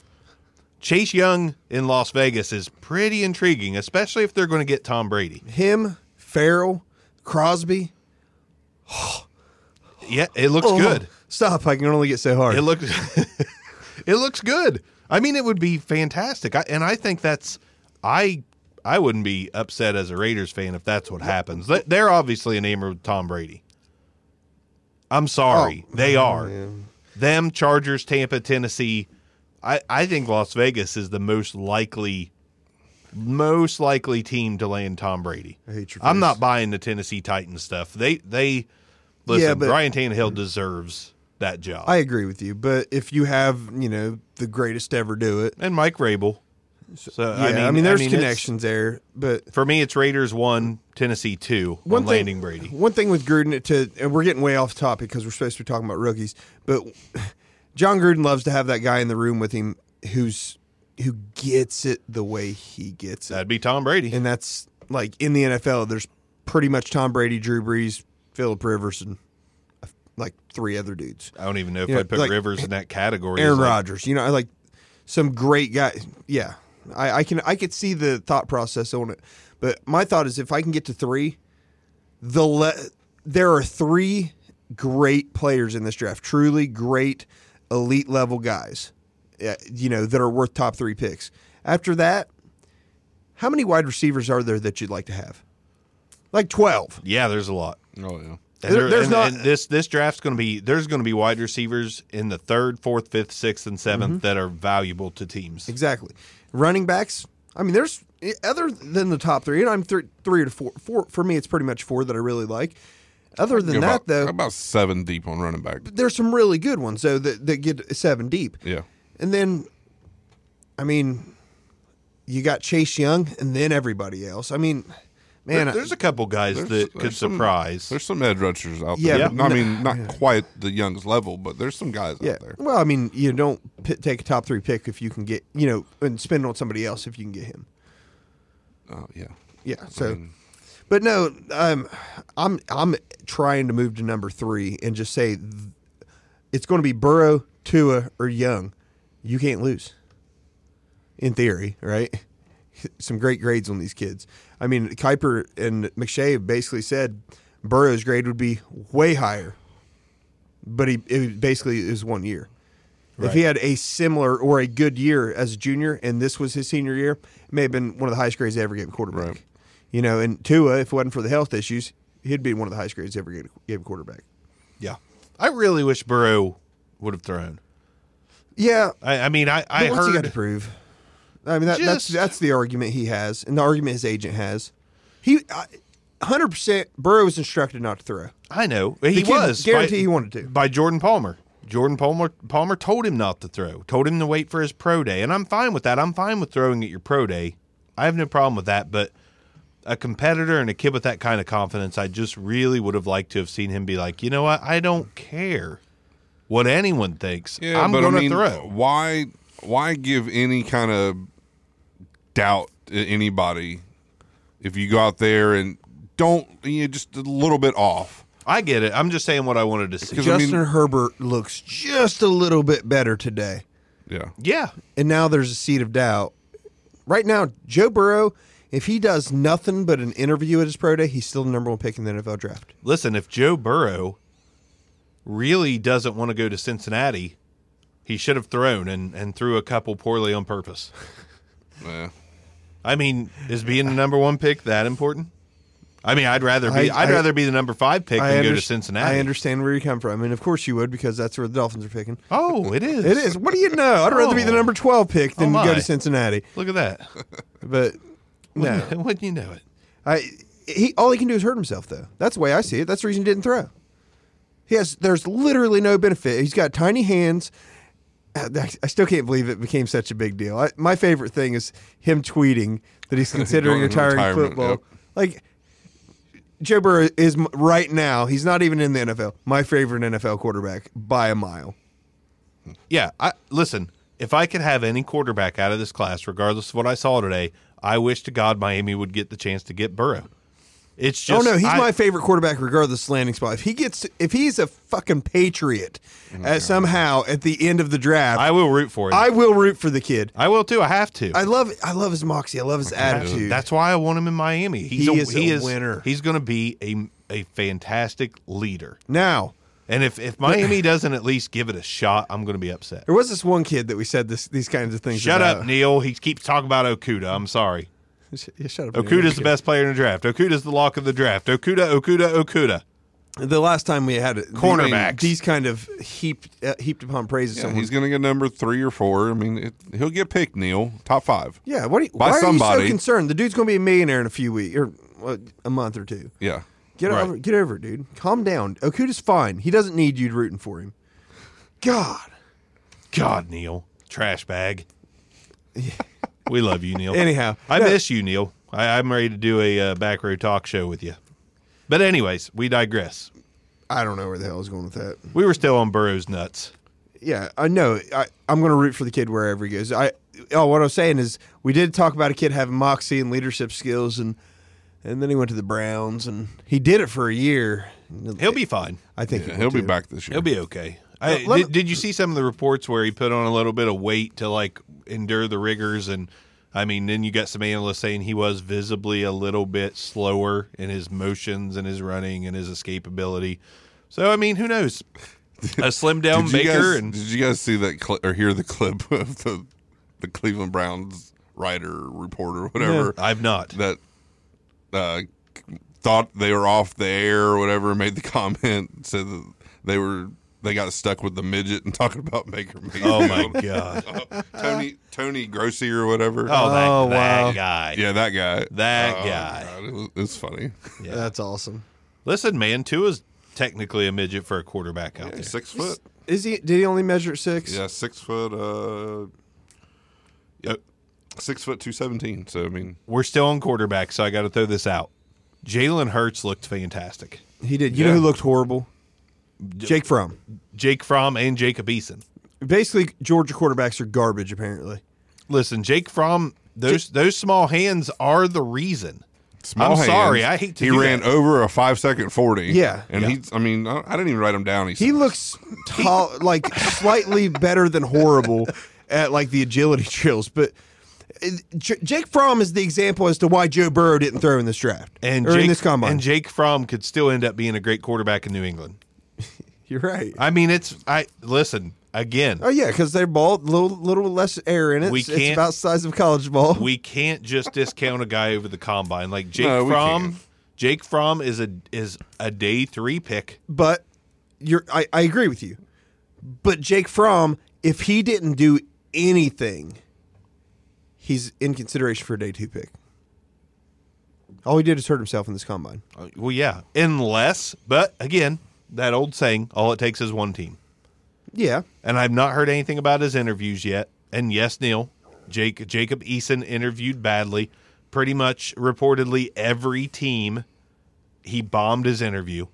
Speaker 1: Chase Young in Las Vegas is pretty intriguing, especially if they're going to get Tom Brady.
Speaker 3: Him, Farrell, Crosby.
Speaker 1: Yeah, it looks
Speaker 3: Oh,
Speaker 1: good.
Speaker 3: Stop! I can only get so hard.
Speaker 1: It looks it looks good. I mean, it would be fantastic. I, and I think that's I I wouldn't be upset as a Raiders fan if that's what happens. They- They're obviously enamored with Tom Brady. I'm sorry,
Speaker 3: Oh,
Speaker 1: they are. Them Chargers, Tampa, Tennessee. I I think Las Vegas is the most likely most likely team to land Tom Brady.
Speaker 3: I hate your
Speaker 1: I'm
Speaker 3: face.
Speaker 1: not buying the Tennessee Titans stuff. They they listen.
Speaker 3: but-
Speaker 1: Brian Tannehill deserves that job.
Speaker 3: I agree with you, but if you have you know the greatest to ever do it,
Speaker 1: and Mike Rabel. So
Speaker 3: yeah, I mean, there's
Speaker 1: it's-
Speaker 3: connections there, but
Speaker 1: For me, it's Raiders one, Tennessee two on landing Brady.
Speaker 3: One thing with Gruden to, and we're getting way off topic because we're supposed to be talking about rookies, but John Gruden loves to have that guy in the room with him who's who gets it the way he gets it,
Speaker 1: That'd be Tom Brady.
Speaker 3: and that's like in the NFL, there's pretty much Tom Brady, Drew Brees, Philip Rivers, and uh, like three other dudes.
Speaker 1: I don't even know if
Speaker 3: You know,
Speaker 1: I'd put
Speaker 3: like,
Speaker 1: Rivers in that category.
Speaker 3: Aaron
Speaker 1: It's like,
Speaker 3: Rodgers, you know, like some great guy. Yeah, I, I can I could see the thought process on it, but my thought is if I can get to three, the le- there are three great players in this draft, truly great elite level guys, uh, you know, that are worth top three picks. After that, how many wide receivers are there that you'd like to have? Like twelve.
Speaker 1: Yeah, there's a lot.
Speaker 4: Oh yeah.
Speaker 1: And
Speaker 3: There-
Speaker 1: there-
Speaker 3: there's
Speaker 1: and-
Speaker 3: not-
Speaker 1: and this this draft's going to be there's going to be wide receivers in the third, fourth, fifth, sixth, and 7th
Speaker 3: Mm-hmm.
Speaker 1: that are valuable to teams.
Speaker 3: Exactly. Running backs. I mean, there's other than the top three, and I'm three, three to four. Four for me, it's pretty much four that I really like. Other than
Speaker 4: about,
Speaker 3: that, though,
Speaker 4: about seven deep on running back.
Speaker 3: there's some really good ones though that, that get seven deep.
Speaker 4: Yeah.
Speaker 3: And then, I mean, you got Chase Young, and then everybody else. I mean, man,
Speaker 1: There- there's a couple guys that could
Speaker 4: there's some-
Speaker 1: surprise.
Speaker 4: There's some edge rushers out
Speaker 3: Yeah,
Speaker 4: there.
Speaker 3: but
Speaker 4: No, I
Speaker 3: no-
Speaker 4: mean, not quite the Young's level, but there's some guys
Speaker 3: yeah.
Speaker 4: out there.
Speaker 3: Well, I mean, you don't p- take a top three pick if you can get you know and spend on somebody else if you can get him.
Speaker 4: Oh yeah.
Speaker 3: Yeah. So, but no, um, I'm I'm trying to move to number three and just say th- it's going to be Burrow, Tua, or Young. You can't lose. In theory, right? Some great grades on these kids. I mean, Kuiper and McShay basically said Burrow's grade would be way higher, but he it was basically is one year. If he had a similar or a good year as a junior, and this was his senior year, it may have been one of the highest grades they ever gave a quarterback.
Speaker 4: Right.
Speaker 3: You know, and Tua, if it wasn't for the health issues, he'd be one of the highest grades they ever gave, gave a quarterback.
Speaker 1: yeah, I really wish Burrow would have thrown.
Speaker 3: Yeah,
Speaker 1: I, I mean, I I
Speaker 3: but what's he got
Speaker 1: heard
Speaker 3: to prove? I mean, that, that's
Speaker 1: Just-
Speaker 3: that's the argument he has, and the argument his agent has. He, hundred percent, Burrow was instructed not to throw.
Speaker 1: I know he
Speaker 3: kid
Speaker 1: was
Speaker 3: guarantee
Speaker 1: by-
Speaker 3: he wanted to.
Speaker 1: by Jordan Palmer. Jordan Palmer Palmer told him not to throw, told him to wait for his pro day, and I'm fine with that. I'm fine with throwing at your pro day. I have no problem with that, but a competitor and a kid with that kind of confidence, I just really would have liked to have seen him be like, you know what, I don't care what anyone thinks.
Speaker 4: Yeah,
Speaker 1: I'm
Speaker 4: but
Speaker 1: going
Speaker 4: I mean,
Speaker 1: to throw.
Speaker 4: Why? Why give any kind of doubt to anybody if you go out there and don't you know, just a little bit off?
Speaker 1: I get it. I'm just saying what I wanted to see.
Speaker 4: 'Cause I mean-
Speaker 3: Justin Herbert looks just a little bit better today.
Speaker 4: Yeah,
Speaker 1: Yeah,
Speaker 3: and now there's a seed of doubt. Right now, Joe Burrow, if he does nothing but an interview at his pro day, he's still the number one pick in the NFL draft.
Speaker 1: listen, if Joe Burrow really doesn't want to go to Cincinnati, he should have thrown and, and threw a couple poorly on purpose.
Speaker 4: yeah.
Speaker 1: I mean, is being the number one pick that important? I mean, I'd rather be
Speaker 3: I-
Speaker 1: I, would
Speaker 3: I-
Speaker 1: rather be the number five pick than go to
Speaker 3: underst-
Speaker 1: Cincinnati.
Speaker 3: I understand where you come from, and of course you would because that's where the Dolphins are picking.
Speaker 1: Oh, it is.
Speaker 3: It is. What do you know? I'd rather be the
Speaker 1: Oh.
Speaker 3: number twelve pick than
Speaker 1: Oh,
Speaker 3: go
Speaker 1: my.
Speaker 3: to Cincinnati.
Speaker 1: Look at that.
Speaker 3: But no,
Speaker 1: Wouldn't- Wouldn't you know it?
Speaker 3: I he all he can do is hurt himself though. That's the way I see it. That's the reason he didn't throw. He has there's literally no benefit. He's got tiny hands. I I still can't believe it became such a big deal. I, my favorite thing is him tweeting that he's considering
Speaker 4: Going into
Speaker 3: retiring
Speaker 4: retirement,
Speaker 3: football.
Speaker 4: yep.
Speaker 3: Like Joe Burrow is m- right now. He's not even in the NFL. My favorite NFL quarterback by a mile. Oh,
Speaker 1: Yeah. I listen. If I could have any quarterback out of this class, regardless of what I saw today, I wish to God Miami would get the chance to get Burrow. It's just.
Speaker 3: oh no, he's
Speaker 1: I-
Speaker 3: my favorite quarterback regardless of landing spot. If he gets, if he's a fucking patriot,
Speaker 4: Oh
Speaker 3: uh, somehow at the end of the draft,
Speaker 1: I will root for him.
Speaker 3: I will root for the kid.
Speaker 1: I will too. I have to.
Speaker 3: I love I love his moxie. I love his attitude.
Speaker 1: That's why I want him in Miami. He's
Speaker 3: He
Speaker 1: a,
Speaker 3: is
Speaker 1: he
Speaker 3: a
Speaker 1: is
Speaker 3: winner.
Speaker 1: He's going to be a a fantastic leader.
Speaker 3: now
Speaker 1: And if if Miami doesn't at least give it a shot, I'm going to be upset.
Speaker 3: there was this one kid that we said this these kinds of things.
Speaker 1: Shut
Speaker 3: about.
Speaker 1: up, Neil. He keeps talking about Okuda. I'm sorry.
Speaker 3: Sh- yeah, shut up.
Speaker 1: Okuda's the best player in the draft. Okuda's the lock of the draft. Okuda, Okuda, Okuda.
Speaker 3: The last time we had it,
Speaker 1: Cornerbacks.
Speaker 3: These kind of heaped uh, heaped upon praise. of
Speaker 4: Yeah,
Speaker 3: someone.
Speaker 4: he's going to get number three or four. I mean, it, he'll get picked, Neil, top five.
Speaker 3: yeah. What? Are you,
Speaker 4: by
Speaker 3: why are you
Speaker 4: somebody.
Speaker 3: so concerned? The dude's going to be a millionaire in a few weeks or uh, a month or two.
Speaker 4: Yeah,
Speaker 3: Get
Speaker 1: Right.
Speaker 3: over, get over, it, dude. Calm down. Okuda's fine. He doesn't need you rooting for him. God.
Speaker 1: God, Neil. Trash bag. we love you, Neil.
Speaker 3: Anyhow,
Speaker 1: I
Speaker 3: no.
Speaker 1: miss you, Neil. I, I'm ready to do a uh, back row talk show with you. But, anyways, we digress.
Speaker 3: I don't know where the hell I was going with that.
Speaker 1: We were still on Burrow's nuts.
Speaker 3: Yeah, I know. I, I'm going to root for the kid wherever he goes. I oh, what I was saying is we did talk about a kid having moxie and leadership skills, and And then he went to the Browns, and he did it for a year.
Speaker 1: He'll be fine.
Speaker 3: I think
Speaker 4: Yeah,
Speaker 3: will,
Speaker 4: he'll be
Speaker 3: too.
Speaker 4: back this year.
Speaker 1: He'll be okay. I,
Speaker 3: Uh, let-
Speaker 1: did, did you see some of the reports where he put on a little bit of weight to like endure the rigors? And I mean, then you got some analysts saying he was visibly a little bit slower in his motions and his running and his escapability. So I mean, who knows? A slim down
Speaker 4: Did you,
Speaker 1: Baker
Speaker 4: guys,
Speaker 1: and
Speaker 4: did you guys see that cli or hear the clip of the the Cleveland Browns writer, reporter, whatever
Speaker 1: I've not.
Speaker 4: that uh, thought they were off the air or whatever? Made the comment said that they were they got stuck with the midget and talking about Baker
Speaker 1: Oh my
Speaker 4: Mayfield.
Speaker 1: god!
Speaker 4: Tony Tony Grossi or whatever.
Speaker 1: Oh, that,
Speaker 3: Oh, wow.
Speaker 1: that guy.
Speaker 4: yeah, that guy.
Speaker 1: That
Speaker 4: Oh,
Speaker 1: guy.
Speaker 4: God, it was, it's funny.
Speaker 3: That's awesome.
Speaker 1: Listen, man, Tua's technically a midget for a quarterback out there.
Speaker 4: Six foot.
Speaker 3: Is he? Did he only measure at six?
Speaker 4: Yeah, six foot. Uh, yeah, six foot two seventeen. So I mean,
Speaker 1: We're still on quarterback, so I got to throw this out. Jalen Hurts looked fantastic.
Speaker 3: he did. You
Speaker 4: Yeah.
Speaker 3: know who looked horrible? Jake Fromm.
Speaker 1: Jake Fromm and Jacob Eason.
Speaker 3: Basically, Georgia quarterbacks are garbage. Apparently,
Speaker 1: Listen, Jake Fromm, those those small hands are the reason.
Speaker 4: small
Speaker 1: I'm
Speaker 4: hands.
Speaker 1: sorry, I hate to
Speaker 4: He
Speaker 1: do
Speaker 4: ran
Speaker 1: that.
Speaker 4: over a five second forty.
Speaker 3: Yeah.
Speaker 4: and
Speaker 1: Yeah.
Speaker 4: he's. I mean, I, I didn't even write him down. He,
Speaker 3: he looks tall, like slightly better than horrible at like the agility drills. But uh, J- Jake Fromm is the example as to why Joe Burrow didn't throw in this draft
Speaker 1: And
Speaker 3: or
Speaker 1: Jake,
Speaker 3: in this combine.
Speaker 1: and Jake Fromm could still end up being a great quarterback in New England.
Speaker 3: You're right.
Speaker 1: I mean, it's I listen again.
Speaker 3: Oh yeah, because their ball little little less air in it.
Speaker 1: We
Speaker 3: It's-
Speaker 1: can't-
Speaker 3: it's about the size of college ball.
Speaker 1: We can't just discount a guy over the combine like Jake
Speaker 4: No, we
Speaker 1: Fromm.
Speaker 4: can't.
Speaker 1: Jake Fromm is a is a day three pick.
Speaker 3: but you're I, I agree with you. But Jake Fromm, if he didn't do anything, he's in consideration for a day two pick. All he did is hurt himself in this combine.
Speaker 1: Uh, Well, yeah, unless, but again, that old saying, all it takes is one team.
Speaker 3: Yeah.
Speaker 1: and I've not heard anything about his interviews yet. And yes, Neil, Jake Jacob Eason interviewed badly. Pretty much reportedly every team he bombed his interview.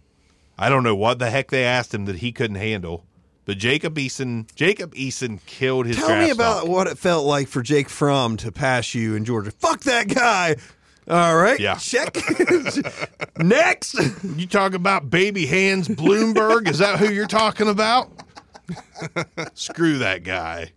Speaker 1: I don't know what the heck they asked him that he couldn't handle. But Jacob Eason Jacob Eason killed his
Speaker 3: Tell me
Speaker 1: draft
Speaker 3: about
Speaker 1: stock.
Speaker 3: what it felt like for Jake Fromm to pass you in Georgia. Fuck that guy. All right.
Speaker 1: Yeah.
Speaker 3: Check. Next.
Speaker 1: you talking about baby hands Bloomberg? Is that who you're talking about? Screw that guy.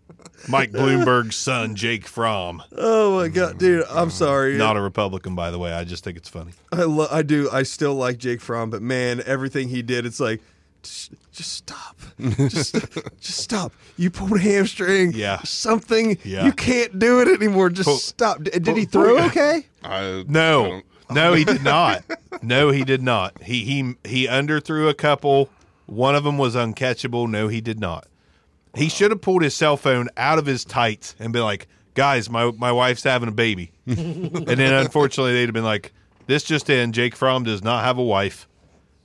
Speaker 1: Mike Bloomberg's son, Jake Fromm.
Speaker 3: Oh my god, dude. I'm sorry.
Speaker 1: Not a Republican, by the way. I just think it's funny.
Speaker 3: I lo- I do. I still like Jake Fromm, but man, everything he did, it's like, just, just stop, just, just stop. You pulled a hamstring,
Speaker 1: Yeah.
Speaker 3: something.
Speaker 1: Yeah.
Speaker 3: You can't do it anymore. Just
Speaker 1: Pull-
Speaker 3: stop. D- did he throw okay?
Speaker 4: I, I
Speaker 1: No,
Speaker 4: don't-
Speaker 1: no, he did not. No, he did not. He he he underthrew a couple. One of them was uncatchable. No, he did not. He should have pulled his cell phone out of his tights and been like, "Guys, my my wife's having a baby," and then unfortunately they'd have been like, "This just in: Jake Fromm does not have a wife.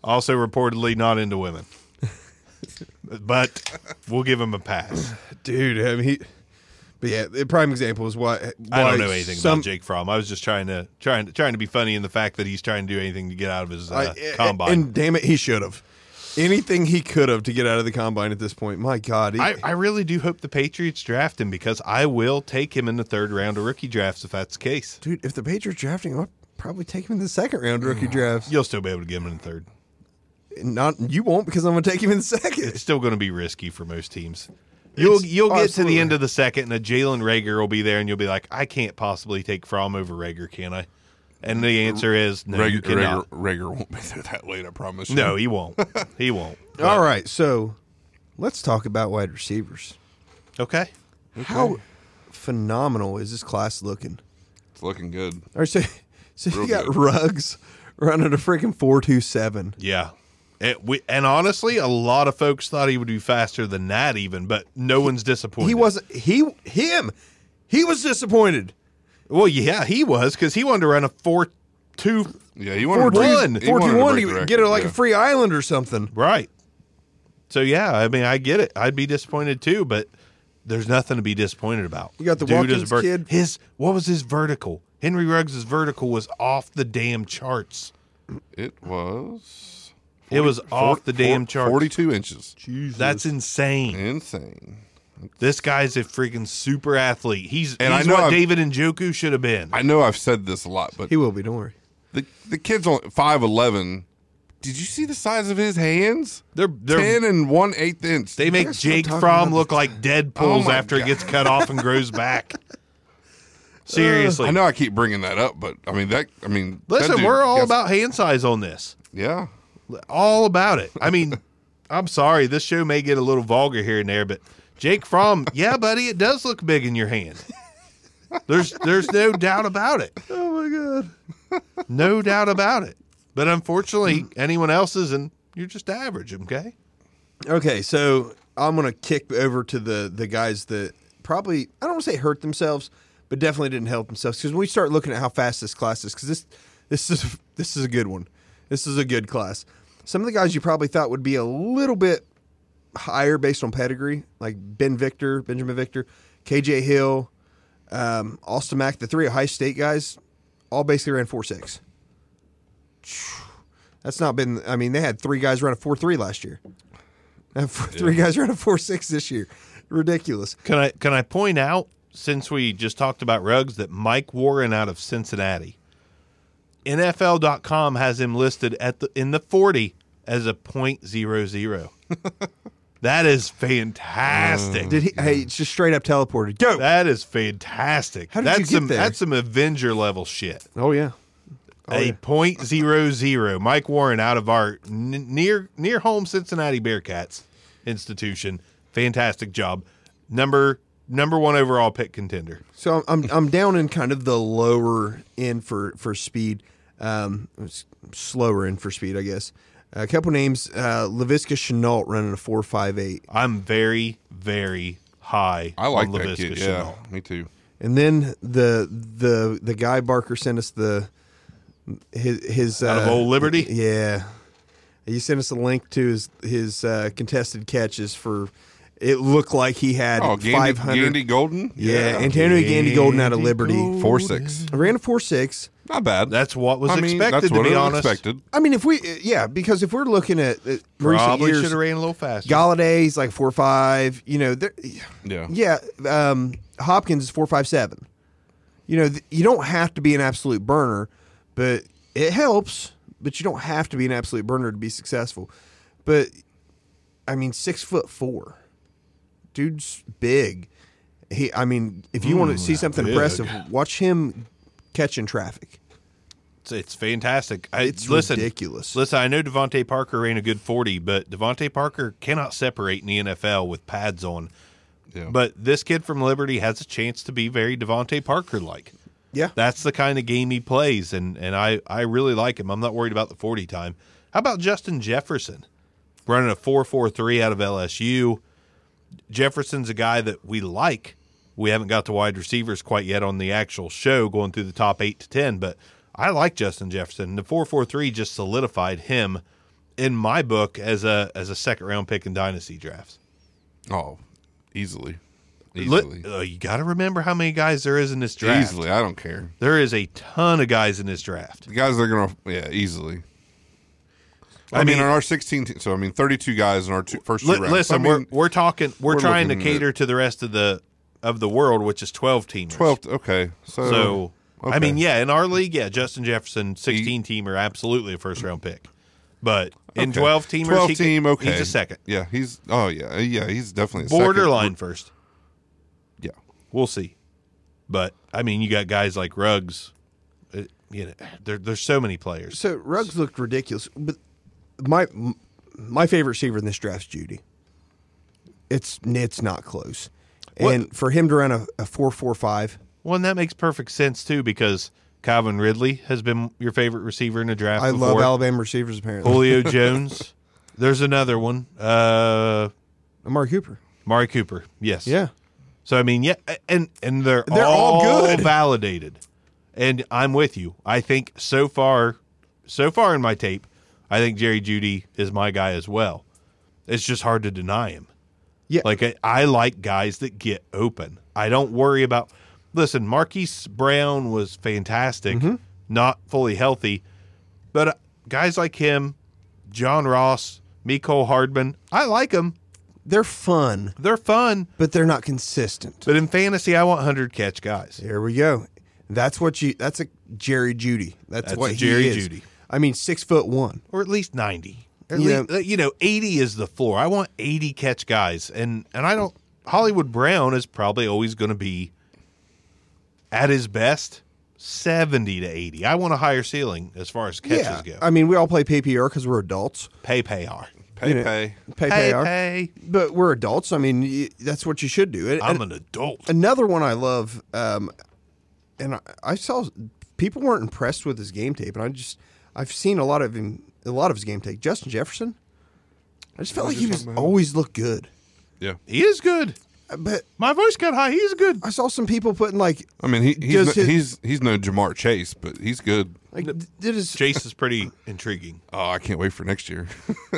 Speaker 1: Also, reportedly not into women." But we'll give him a pass.
Speaker 3: Dude, I mean, he. But yeah, the prime example is why,
Speaker 1: I
Speaker 3: why
Speaker 1: don't know anything
Speaker 3: some-
Speaker 1: about Jake Fromm. I was just trying to trying to trying to be funny in the fact that he's trying to do anything to get out of his uh,
Speaker 3: I- I-
Speaker 1: combine.
Speaker 3: And damn it, he should have. Anything he could have to get out of the combine at this point. My God, he,
Speaker 1: I, I really do hope the Patriots draft him because I will take him in the third round of rookie drafts if that's the case.
Speaker 3: dude, if the Patriots drafting, him, I'd probably take him in the second round rookie drafts.
Speaker 1: You'll still be able to get him in the third.
Speaker 3: Not you won't because I'm gonna take him in the second.
Speaker 1: It's still going to be risky for most teams. You'll you'll get to
Speaker 3: absolutely.
Speaker 1: the end of the second and a Jalen Rager will be there and you'll be like, I can't possibly take Fromm over Rager, can I? And the answer is no, you
Speaker 4: Rager, Rager,
Speaker 1: cannot.
Speaker 4: Rager won't be there that late. I promise. you.
Speaker 1: No, he won't. He won't.
Speaker 3: All right, so let's talk about wide receivers.
Speaker 1: Okay.
Speaker 3: How phenomenal is this class looking?
Speaker 4: it's looking good.
Speaker 3: All right, so so
Speaker 4: Real
Speaker 3: you got
Speaker 4: good.
Speaker 3: rugs running a freaking four two seven.
Speaker 1: Yeah. It, we, and honestly, a lot of folks thought he would be faster than that, even, but no one's disappointed.
Speaker 3: He wasn't he him. He was disappointed.
Speaker 1: Well, yeah, he was because he wanted to run a four two
Speaker 4: Yeah, he
Speaker 3: Four
Speaker 4: wanted
Speaker 3: two
Speaker 4: to break-
Speaker 1: one.
Speaker 4: he
Speaker 3: four
Speaker 4: wanted
Speaker 3: two
Speaker 4: to
Speaker 3: one
Speaker 4: break
Speaker 3: to
Speaker 4: the
Speaker 3: get
Speaker 4: record,
Speaker 3: it like
Speaker 4: yeah.
Speaker 3: a free island or something.
Speaker 1: right. So yeah, I mean, I get it. I'd be disappointed too, but there's nothing to be disappointed about.
Speaker 3: You got the
Speaker 1: Dude is
Speaker 3: Watkins
Speaker 1: vert-
Speaker 3: kid.
Speaker 1: His what was his vertical? Henry Ruggs' vertical was off the damn charts.
Speaker 4: It was.
Speaker 1: it was off the damn charts.
Speaker 4: Forty-two inches.
Speaker 1: That's insane.
Speaker 4: Insane.
Speaker 1: This guy's a freaking super athlete. He's
Speaker 4: And I
Speaker 1: he's
Speaker 4: know
Speaker 1: what
Speaker 4: I've-
Speaker 1: David and Joku should have been.
Speaker 4: I know I've said this a lot, but
Speaker 3: He will be, don't worry.
Speaker 4: the the kid's on five eleven. Did you see the size of his hands?
Speaker 1: They're- they're-
Speaker 4: ten and one eighth inch.
Speaker 1: They make
Speaker 3: There's no
Speaker 1: Jake
Speaker 3: talking
Speaker 1: Fromm
Speaker 3: about
Speaker 1: look like Deadpool's
Speaker 4: Oh my
Speaker 1: after
Speaker 4: God. Uh,
Speaker 1: it gets cut off and grows back. Seriously.
Speaker 4: I know I keep bringing that up, but I mean that. I mean, that
Speaker 1: Listen,
Speaker 4: dude
Speaker 1: we're all
Speaker 4: gets-
Speaker 1: about hand size on this.
Speaker 4: yeah.
Speaker 1: All about it. I mean, I'm sorry, this show may get a little vulgar here and there, but Jake Fromm, yeah, buddy, it does look big in your hand. There's there's no doubt about it. Oh my god. No doubt about it. But
Speaker 4: Mm.
Speaker 1: unfortunately, anyone else's and you're just average, okay?
Speaker 3: Okay, so I'm gonna kick over to the the guys that probably I don't want to say hurt themselves, but definitely didn't help themselves because when we start looking at how fast this class is, because this this is this is a good one, this is a good class. Some of the guys you probably thought would be a little bit higher based on pedigree, like Ben Victor, Benjamin Victor, KJ Hill, um, Austin Mack, the three Ohio State guys, all basically ran four six. That's not been. I mean, they had three guys run a four three last year. And four, three guys ran a four six this year. Ridiculous.
Speaker 1: Can I can I point out since we just talked about rugs that Mike Warren out of Cincinnati, NFL.com has him listed at the in the forty as a point zero zero. that is fantastic.
Speaker 3: Did he? Hey, it's just straight up teleported. Go.
Speaker 1: that is fantastic.
Speaker 3: How did
Speaker 1: that's
Speaker 3: you get
Speaker 1: some
Speaker 3: there?
Speaker 1: that's some Avenger level shit.
Speaker 3: oh yeah.
Speaker 1: a point zero zero. Mike Warren out of our n- near near home Cincinnati Bearcats institution. Fantastic job. Number number one overall pick contender.
Speaker 3: So I'm I'm, I'm down in kind of the lower end for for speed, um, s- slower end for speed, I guess. A couple names: uh, Lavisca Chenault running a four five eight,
Speaker 1: I'm very, very high.
Speaker 4: I like
Speaker 1: on
Speaker 4: that
Speaker 1: LaVisca
Speaker 4: kid. Yeah,
Speaker 1: Chenault.
Speaker 4: me too.
Speaker 3: and then the the the guy Barker sent us the his his
Speaker 1: Out of
Speaker 3: uh,
Speaker 1: Old Liberty?
Speaker 3: Yeah, he sent us a link to his his uh, contested catches for. It looked like he had
Speaker 4: Oh,
Speaker 3: five
Speaker 4: Gandy,
Speaker 3: hundred.
Speaker 4: Gandy Golden.
Speaker 3: Yeah, Antonio Gandy Golden out of Liberty.
Speaker 4: four six.
Speaker 3: I ran a four six.
Speaker 4: Not bad.
Speaker 1: That's what was
Speaker 4: I mean,
Speaker 1: expected,
Speaker 4: That's
Speaker 1: to
Speaker 4: what
Speaker 1: be
Speaker 4: it was
Speaker 1: honest.
Speaker 4: expected.
Speaker 3: I mean, if we, yeah, because if we're looking at uh, recent
Speaker 1: Probably should
Speaker 3: years,
Speaker 1: have ran a little faster.
Speaker 3: Galladay, he's like four five. You know, there-
Speaker 4: Yeah.
Speaker 3: yeah. Um, Hopkins is four five seven. You know, th- you don't have to be an absolute burner, but it helps. But you don't have to be an absolute burner to be successful. But I mean, six foot four, dude's big. He, I mean, if you want to see something
Speaker 1: big.
Speaker 3: impressive, watch him catching traffic.
Speaker 1: It's, it's fantastic. I,
Speaker 3: It's
Speaker 1: listen,
Speaker 3: ridiculous.
Speaker 1: Listen, I know Devonte Parker ran a good forty, but Devonte Parker cannot separate in the NFL with pads on.
Speaker 4: Yeah.
Speaker 1: But this kid from Liberty has a chance to be very Devonte Parker like.
Speaker 3: Yeah,
Speaker 1: That's the kind of game he plays, and and I I really like him. I'm not worried about the 40 time. How about Justin Jefferson, running a 4.43 out of LSU? Jefferson's a guy that we like. We haven't got to wide receivers quite yet on the actual show, going through the top eight to ten. But I like Justin Jefferson. The 4.43 just solidified him in my book as a as a second round pick in dynasty drafts.
Speaker 4: Oh, easily.
Speaker 1: Li-
Speaker 4: Easily.
Speaker 1: uh, you got to remember how many guys there is in this draft.
Speaker 4: Easily. I don't care.
Speaker 1: There is a ton of guys in this draft.
Speaker 4: The guys that are gonna yeah easily.
Speaker 1: I
Speaker 4: I, mean,
Speaker 1: mean-
Speaker 4: in our sixteen, te- so I mean, thirty-two guys in our two, first two
Speaker 1: Li-
Speaker 4: rounds.
Speaker 1: listen,
Speaker 4: I mean,
Speaker 1: we're we're talking we're,
Speaker 4: we're
Speaker 1: trying to
Speaker 4: looking at-
Speaker 1: cater to the rest of the of the world, which is twelve teamers.
Speaker 4: twelve. Okay, so,
Speaker 1: So I
Speaker 4: okay.
Speaker 1: mean, yeah, in our league, yeah, Justin Jefferson, sixteen teamer, absolutely a first round pick. But in
Speaker 4: Okay.
Speaker 1: twelve teamers,
Speaker 4: twelve
Speaker 1: he could-
Speaker 4: team. Okay,
Speaker 1: he's a second,
Speaker 4: Yeah, he's oh yeah, yeah, he's definitely a second.
Speaker 1: borderline first.
Speaker 4: Yeah,
Speaker 1: We'll see. But I mean, you got guys like Ruggs. It, you know, there, there's so many players.
Speaker 3: So Ruggs looked ridiculous, but my m- my favorite receiver in this draft's Judy. It's it's not close,
Speaker 1: What-
Speaker 3: and for him to run a, a four four five,
Speaker 1: Well, and that makes perfect sense too because Calvin Ridley has been your favorite receiver in the draft.
Speaker 3: I love
Speaker 1: before.
Speaker 3: Alabama receivers. Apparently,
Speaker 1: Julio Jones. There's another one. Uh
Speaker 3: Amari Cooper.
Speaker 1: Mari Cooper. Yes.
Speaker 3: Yeah,
Speaker 1: So I mean, yeah, and and they're
Speaker 3: They're all good.
Speaker 1: validated. And I'm with you. I think so far so far in my tape, I think Jerry Judy is my guy as well. It's just hard to deny him.
Speaker 3: yeah.
Speaker 1: Like I, I like guys that get open. I don't worry about. Listen, Marquise Brown was fantastic,
Speaker 3: Mm-hmm.
Speaker 1: not fully healthy, but uh, guys like him, John Ross, Miko Hardman, I like them.
Speaker 3: they're fun,
Speaker 1: They're fun,
Speaker 3: but they're not consistent.
Speaker 1: but in fantasy, I want hundred catch guys.
Speaker 3: There we go. That's what you. That's a Jerry Judy. That's,
Speaker 1: That's
Speaker 3: what
Speaker 1: a
Speaker 3: he
Speaker 1: Jerry
Speaker 3: is.
Speaker 1: Jeudy.
Speaker 3: I mean, six foot one.
Speaker 1: or at least 90. At
Speaker 3: You
Speaker 1: you,
Speaker 3: know-
Speaker 1: know, you know, 80 is the floor. I want 80 catch guys. And and I don't Hollywood Brown is probably always going to be at his best 70 to 80. I want a higher ceiling as far as catches go.
Speaker 3: I mean, we all play PPR because we're adults.
Speaker 1: pay pay are.
Speaker 4: Pay pay.
Speaker 3: Pay
Speaker 1: Pay
Speaker 3: PPR.
Speaker 1: pay.
Speaker 3: But we're adults. I mean, y- that's what you should do. And-
Speaker 1: I'm an adult.
Speaker 3: another one I love, um, and I, I saw people weren't impressed with his game tape, and I just I've seen a lot of him, a lot of his game tape. Justin Jefferson, I just felt
Speaker 4: was
Speaker 3: like he
Speaker 4: just
Speaker 3: was
Speaker 4: talking about him.
Speaker 3: always looked good,
Speaker 4: Yeah.
Speaker 1: He is good.
Speaker 3: Uh, but
Speaker 1: My voice got high. He's good.
Speaker 3: I saw some people putting like
Speaker 4: I mean, he, he's, no,
Speaker 3: Does his-
Speaker 4: he's he's no Jamar Chase, but he's good.
Speaker 3: like did his,
Speaker 1: Chase is pretty intriguing.
Speaker 4: Oh, I can't wait for next year.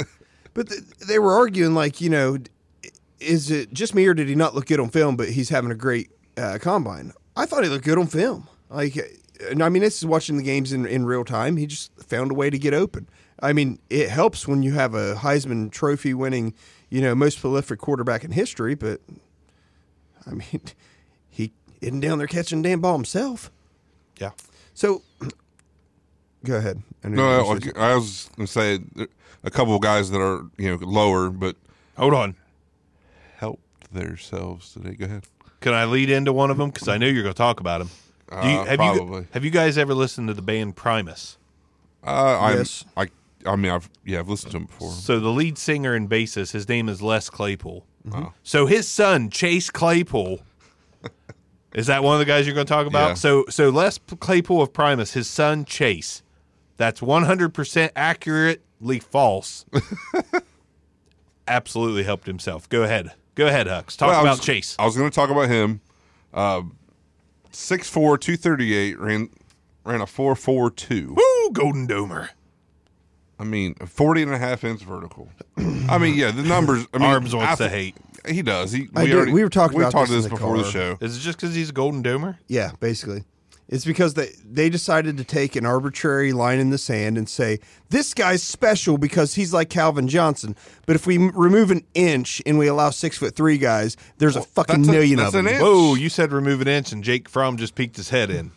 Speaker 3: but th- they were arguing like you know, d- is it just me or did he not look good on film? But he's having a great uh, combine. I thought he looked good on film, like. uh, And I mean, this is watching the games in, in real time. He just found a way to get open. I mean, it helps when you have a Heisman Trophy winning, you know, most prolific quarterback in history. But I mean, he isn't down there catching a damn ball himself.
Speaker 1: Yeah.
Speaker 3: So, go ahead. I know you
Speaker 4: no,
Speaker 3: were-
Speaker 4: I, I was gonna say there- a couple of guys that are you know lower, but
Speaker 1: Hold on.
Speaker 4: helped themselves today. Go ahead.
Speaker 1: Can I lead into one of them cuz I know you're going to talk about him. Do you,
Speaker 4: Uh,
Speaker 1: have
Speaker 4: probably.
Speaker 1: you have you guys ever listened to the band Primus?
Speaker 4: Uh, I'm,
Speaker 3: Yes.
Speaker 4: I I mean I've yeah I've listened to him before.
Speaker 1: So the lead singer and bassist, his name is Les Claypool.
Speaker 4: Mm-hmm.
Speaker 1: So his son Chase Claypool. Is that one of the guys you're going to talk about?
Speaker 4: Yeah.
Speaker 1: So, so Les Claypool of Primus, his son Chase, that's 100% accurately false. Absolutely helped himself. Go ahead, go ahead, Hux. Talk
Speaker 4: Well, I
Speaker 1: about
Speaker 4: was-
Speaker 1: Chase.
Speaker 4: I was going to talk about him. Uh, 6'4", 238, ran ran a 4.42.
Speaker 1: Woo, Golden Domer,
Speaker 4: I mean, 40 and a half inch vertical. I mean, yeah, the numbers. I mean,
Speaker 1: arms wants
Speaker 4: I-
Speaker 1: to hate.
Speaker 4: He does. He,
Speaker 3: I did- we were talking
Speaker 4: we
Speaker 3: about
Speaker 4: talked
Speaker 3: this
Speaker 4: this
Speaker 3: in the
Speaker 4: before the
Speaker 3: car.
Speaker 4: show.
Speaker 1: Is it just because he's a Golden Domer?
Speaker 3: Yeah, basically. It's because they, they decided to take an arbitrary line in the sand and say, this guy's special because he's like Calvin Johnson. But if we m- remove an inch and we allow six foot three guys, there's a fucking
Speaker 4: that's a-
Speaker 3: million
Speaker 4: that's
Speaker 3: of them.
Speaker 4: an inch.
Speaker 1: Whoa, you said remove an inch, and Jake Fromm just peeked his head in.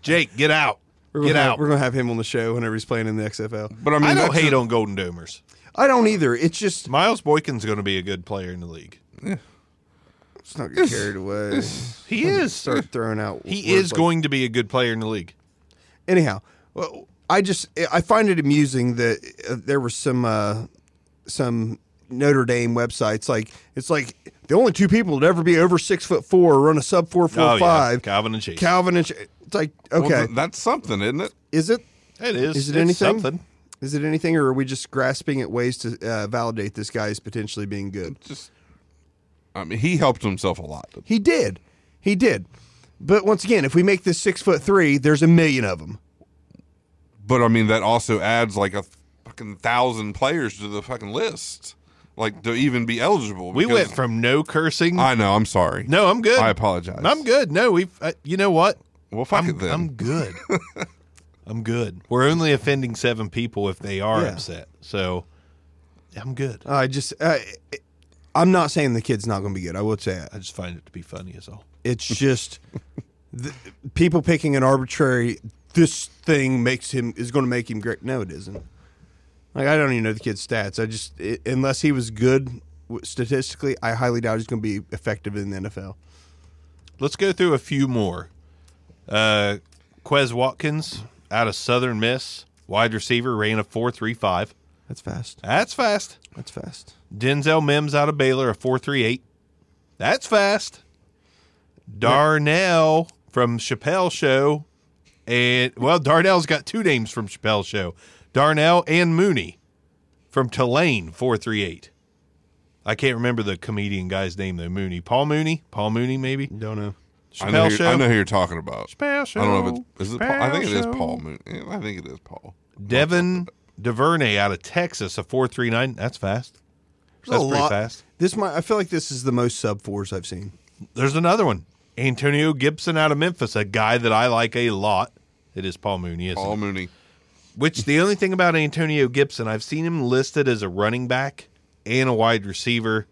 Speaker 1: Jake, get out.
Speaker 3: We're gonna
Speaker 1: Get
Speaker 3: have-
Speaker 1: out.
Speaker 3: We're going to have him on the show whenever he's playing in the XFL.
Speaker 4: But I mean,
Speaker 1: I don't
Speaker 4: that's
Speaker 1: hate
Speaker 4: a-
Speaker 1: on Golden Domers.
Speaker 3: I don't either. It's just,
Speaker 1: Miles Boykin's going to be a good player in the league.
Speaker 3: let's not get carried away.
Speaker 1: He is.
Speaker 3: Start throwing out.
Speaker 1: He
Speaker 3: words
Speaker 1: is
Speaker 3: like
Speaker 1: going to be a good player in the league.
Speaker 3: anyhow, well, I just I find it amusing that uh, there were some uh, some Notre Dame websites like it's like the only two people that ever be over six foot four or run a sub four four
Speaker 1: Oh,
Speaker 3: five.
Speaker 1: yeah. Calvin and Chase.
Speaker 3: Calvin and Ch- it's like okay,
Speaker 4: well, th- that's something, isn't it?
Speaker 3: is it
Speaker 1: It is.
Speaker 3: is it
Speaker 1: It's
Speaker 3: anything?
Speaker 1: Something.
Speaker 3: Is it anything, or are we just grasping at ways to uh, validate this guy as potentially being good?
Speaker 4: Just, I mean, he helped himself a lot.
Speaker 3: He did, he did. But once again, if we make this six foot three, there's a million of them.
Speaker 4: But I mean, that also adds like a fucking thousand players to the fucking list, like to even be eligible.
Speaker 1: We
Speaker 4: because-
Speaker 1: went from no cursing.
Speaker 4: I know. I'm sorry.
Speaker 1: no, I'm good.
Speaker 4: I apologize.
Speaker 1: I'm good. No, we. Uh, you know what?
Speaker 4: Well, fuck
Speaker 1: I'm,
Speaker 4: it then.
Speaker 1: I'm good. I'm good. We're only offending seven people if they are
Speaker 3: Yeah.
Speaker 1: upset. So I'm good.
Speaker 3: I just uh, I'm not saying the kid's not going to be good. I would say that.
Speaker 1: I just find it to be funny as all.
Speaker 3: It's just th people picking an arbitrary. This thing makes him is going to make him great. No, it isn't. Like I don't even know the kid's stats. I just i unless he was good w- statistically, I highly doubt he's going to be effective in the NFL.
Speaker 1: Let's go through a few more. Uh, Quez Watkins out of Southern Miss, wide receiver, ran a four three five.
Speaker 3: That's fast.
Speaker 1: That's fast.
Speaker 3: That's fast.
Speaker 1: Denzel Mims out of Baylor, a four three eight. That's fast. Darnell from Chappelle Show, and well, Darnell's got two names from Chappelle Show. Darnell and Mooney from Tulane, four three eight. I can't remember the comedian guy's name though. Mooney, Paul Mooney, Paul Mooney, maybe.
Speaker 3: Don't know.
Speaker 4: I know,
Speaker 1: Chappelle
Speaker 4: who,
Speaker 1: Show.
Speaker 4: I know who you're talking about.
Speaker 1: Special
Speaker 4: I don't know if it's. Is it Paul? I think it is
Speaker 1: special.
Speaker 4: Paul. Moon. Yeah, I think it is Paul.
Speaker 1: Devin DuVernay out of Texas, a four three nine. That's fast. That's pretty fast.
Speaker 3: This might. I feel like this is the most sub fours I've seen.
Speaker 1: There's another one. Antonio Gibson out of Memphis, a guy that I like a lot. It is Paul Mooney, isn't it?
Speaker 4: Paul Mooney.
Speaker 1: Which the only thing about Antonio Gibson, I've seen him listed as a running back and a wide
Speaker 4: Mm-hmm.
Speaker 1: receiver,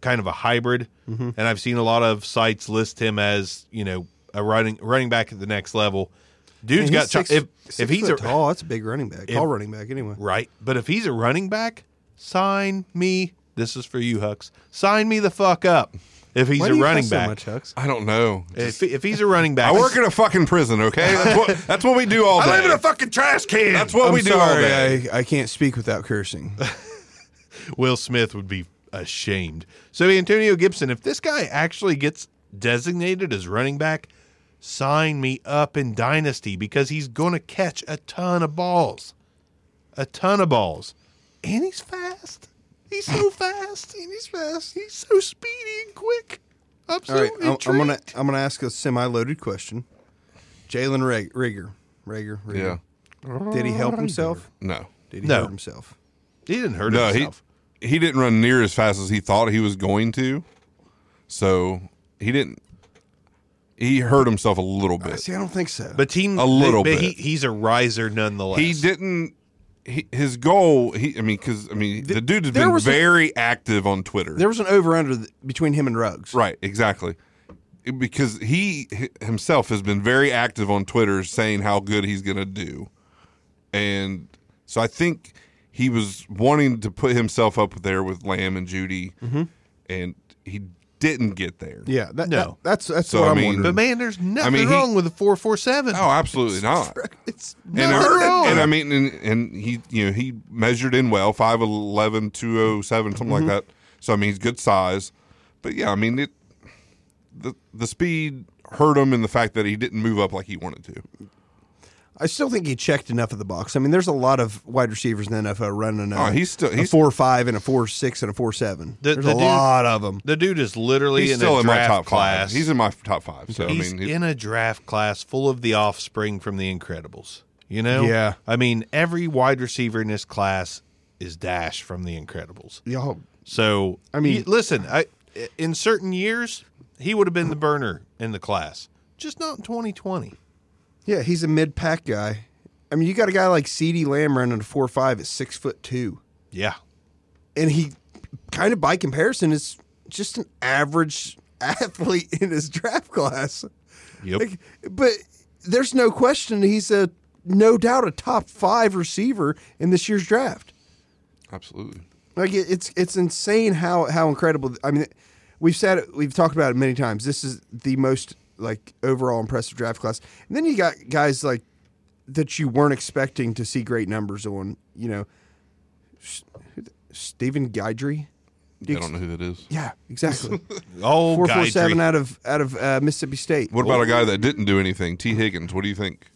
Speaker 1: kind of a hybrid. And I've seen a lot of sites list him as, you know, a running running back at the next level. Dude's
Speaker 3: Man,
Speaker 1: got
Speaker 3: he's
Speaker 1: cho-
Speaker 3: six-
Speaker 1: if
Speaker 3: six
Speaker 1: if he's a
Speaker 3: foot tall, that's a big running back. tall running back, anyway.
Speaker 1: right, but if he's a running back, sign me. This is for you, Hucks. Sign me the fuck up. If he's
Speaker 3: Why
Speaker 1: a
Speaker 3: do you
Speaker 1: running
Speaker 3: cuss
Speaker 1: back,
Speaker 3: So much, Hux?
Speaker 4: I don't know.
Speaker 1: if, if he's a running back,
Speaker 4: I work in a fucking prison, okay? That's what that's what we do all day.
Speaker 1: fucking trash can.
Speaker 4: that's what
Speaker 3: I'm
Speaker 4: we do all
Speaker 3: sorry,
Speaker 4: day.
Speaker 3: I, I can't speak without cursing.
Speaker 1: Will Smith would be ashamed. So Antonio Gibson, if this guy actually gets designated as running back, sign me up in dynasty because he's going to catch a ton of balls. A ton of balls. And he's fast. He's so fast. And he's fast. He's so speedy and quick. I'm so
Speaker 3: All right, I'm, I'm gonna
Speaker 1: intrigued.
Speaker 3: I'm gonna ask a semi-loaded question. Jalen Ra- Rager, Rager,
Speaker 4: Yeah.
Speaker 3: Rager. Did he help himself?
Speaker 4: No.
Speaker 3: Did he
Speaker 1: No.
Speaker 3: hurt himself?
Speaker 1: He didn't hurt
Speaker 4: No, he
Speaker 1: himself.
Speaker 4: he didn't run near as fast as he thought he was going to. So he didn't he hurt himself a little bit.
Speaker 3: See, I don't think so.
Speaker 1: but team
Speaker 4: A little
Speaker 1: but
Speaker 4: bit.
Speaker 1: He, he's a riser nonetheless.
Speaker 4: He didn't he, his goal he I mean cuz I mean the, dude has
Speaker 3: there
Speaker 4: been
Speaker 3: was a-
Speaker 4: very active on Twitter.
Speaker 3: there was an over/under th- between him and Ruggs.
Speaker 4: Right, exactly. Because he h- himself has been very active on Twitter saying how good he's going to do. And so I think he was wanting to put himself up there with Lamb and Judy, and he didn't get there.
Speaker 3: Yeah. That,
Speaker 1: No.
Speaker 3: that- that's that's
Speaker 4: So,
Speaker 3: what
Speaker 4: I
Speaker 3: I am
Speaker 4: mean-
Speaker 3: wondering.
Speaker 1: But man, there's nothing
Speaker 4: mean, he-
Speaker 1: wrong with a four four seven.
Speaker 4: Oh, absolutely not.
Speaker 3: it's
Speaker 4: And,
Speaker 1: Nothing wrong.
Speaker 4: I, and I mean, and, and he, you know, he measured in well 5'11, 207, something like that. So, I mean, he's good size. But yeah, I mean, it, the, the speed hurt him in the fact that he didn't move up like he wanted to.
Speaker 3: I still think he checked enough of the box. I mean, there's a lot of wide receivers in the NFL running a,
Speaker 4: Oh, he's still-
Speaker 3: a
Speaker 4: he's-
Speaker 3: four five and a four six and a four seven.
Speaker 1: The-
Speaker 3: there's
Speaker 1: the
Speaker 3: a
Speaker 1: dude-
Speaker 3: lot of them.
Speaker 1: The dude is literally
Speaker 4: He's
Speaker 1: in
Speaker 4: still
Speaker 1: a
Speaker 4: in
Speaker 1: draft
Speaker 4: my top
Speaker 1: class.
Speaker 4: five. He's in my top five. So
Speaker 1: he's
Speaker 4: I mean, he-
Speaker 1: in a draft class full of the offspring from the Incredibles. You know,
Speaker 3: Yeah.
Speaker 1: I mean, every wide receiver in this class is Dash from the Incredibles.
Speaker 3: Y'all,
Speaker 1: So
Speaker 3: I mean-
Speaker 1: y- listen, I in certain years he would have been the burner in the class, just not in 2020.
Speaker 3: yeah, he's a mid pack guy. I mean, you got a guy like Ceedee Lamb running a four five at six foot two,
Speaker 1: Yeah,
Speaker 3: and he kind of by comparison is just an average athlete in his draft class.
Speaker 1: yep.
Speaker 3: Like, but there's no question he's a no doubt a top five receiver in this year's draft.
Speaker 4: absolutely.
Speaker 3: Like it, it's it's insane how how incredible. I mean, we've said it, we've talked about it many times. This is the most like overall impressive draft class. And then you got guys like that you weren't expecting to see great numbers on. You know, S- who the- Stephen Guidry.
Speaker 4: I don't know who that is.
Speaker 3: Yeah, exactly.
Speaker 1: Oh,
Speaker 3: Four four seven
Speaker 1: Guytry.
Speaker 3: out of out of uh, Mississippi State.
Speaker 4: What about a guy that didn't do anything? T. Higgins. What do you think?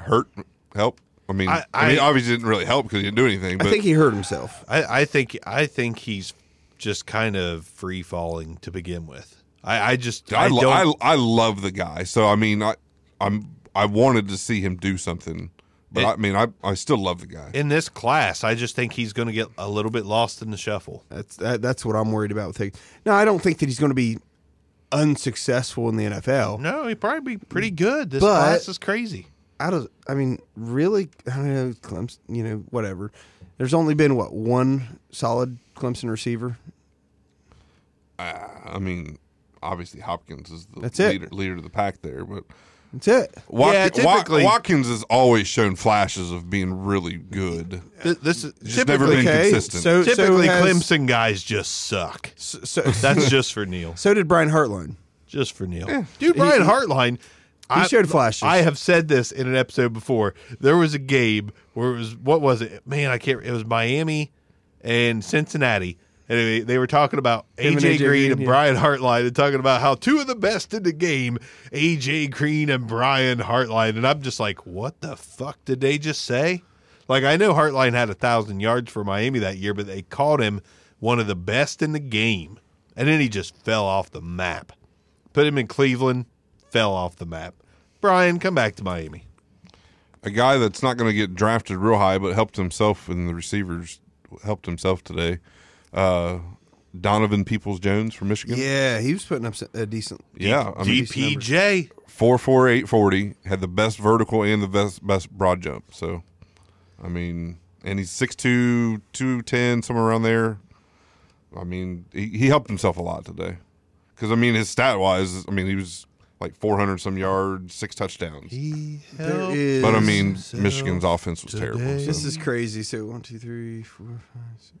Speaker 4: Hurt? Help? I mean,
Speaker 1: I-
Speaker 4: I, mean,
Speaker 1: I-
Speaker 4: obviously didn't really help because he didn't do anything. But
Speaker 3: I think he hurt himself.
Speaker 1: I, I think I think he's just kind of free falling to begin with. I, I just I,
Speaker 4: I, lo-
Speaker 1: don't.
Speaker 4: I, I love the guy. So I mean, I I'm I wanted to see him do something, but
Speaker 1: It-
Speaker 4: I mean, I I still love the guy.
Speaker 1: in this class, I just think he's going to get a little bit lost in the shuffle.
Speaker 3: That's that, that's what I'm worried about with Higgins. No, I don't think that he's going to be unsuccessful in the NFL.
Speaker 1: No, he'd probably be pretty good. This
Speaker 3: But-
Speaker 1: class is crazy.
Speaker 3: Out of, I mean, really, I don't know, Clemson. You know, whatever. There's only been what one solid Clemson receiver.
Speaker 4: I mean, obviously Hopkins is the
Speaker 3: That's it.
Speaker 4: leader leader of the pack there, but
Speaker 3: That's it.
Speaker 4: Wat-
Speaker 1: Yeah,
Speaker 4: Wa-
Speaker 1: typically-
Speaker 4: Watkins has always shown flashes of being really good.
Speaker 1: Th- This is
Speaker 4: Just never
Speaker 1: typically-
Speaker 4: been
Speaker 3: okay,
Speaker 4: consistent.
Speaker 3: so-
Speaker 1: typically
Speaker 3: has-
Speaker 1: Clemson guys just suck.
Speaker 3: So,
Speaker 1: That's just for Neil.
Speaker 3: so did Brian Hartline.
Speaker 1: Just for Neil. Dude, Brian Hartline. I,
Speaker 3: showed flashes.
Speaker 1: I have said this in an episode before. There was a game where it was what was it? Man, I can't. It was Miami and Cincinnati, and they, they were talking about
Speaker 3: Him and
Speaker 1: AJ,
Speaker 3: AJ
Speaker 1: Green
Speaker 3: Green,
Speaker 1: and
Speaker 3: yeah.
Speaker 1: Brian Hartline, and talking about how two of the best in the game, AJ Green and Brian Hartline, and I'm just like, what the fuck did they just say? Like, I know Hartline had a thousand yards for Miami that year, but they called him one of the best in the game, and then he just fell off the map. Put him in Cleveland, fell off the map. Brian, come back to Miami.
Speaker 4: A guy that's not going to get drafted real high, but helped himself in the receivers, helped himself today. Uh, Donovan Peoples Jones from Michigan.
Speaker 3: Yeah, he was putting up s- a decent.
Speaker 4: Yeah, I mean,
Speaker 1: DPJ.
Speaker 4: four four eight forty had the best vertical and the best best broad jump. So, I mean, and he's six two two ten somewhere around there. I mean, he, he helped himself a lot today because I mean his stat wise, I mean he was like 400 some yards, six touchdowns.
Speaker 1: He
Speaker 3: There
Speaker 1: helped
Speaker 3: is-
Speaker 4: But I mean,
Speaker 1: himself.
Speaker 4: Michigan's offense was terrible.
Speaker 1: today.
Speaker 4: so-
Speaker 3: This is crazy. So one, two, three, four, five, six.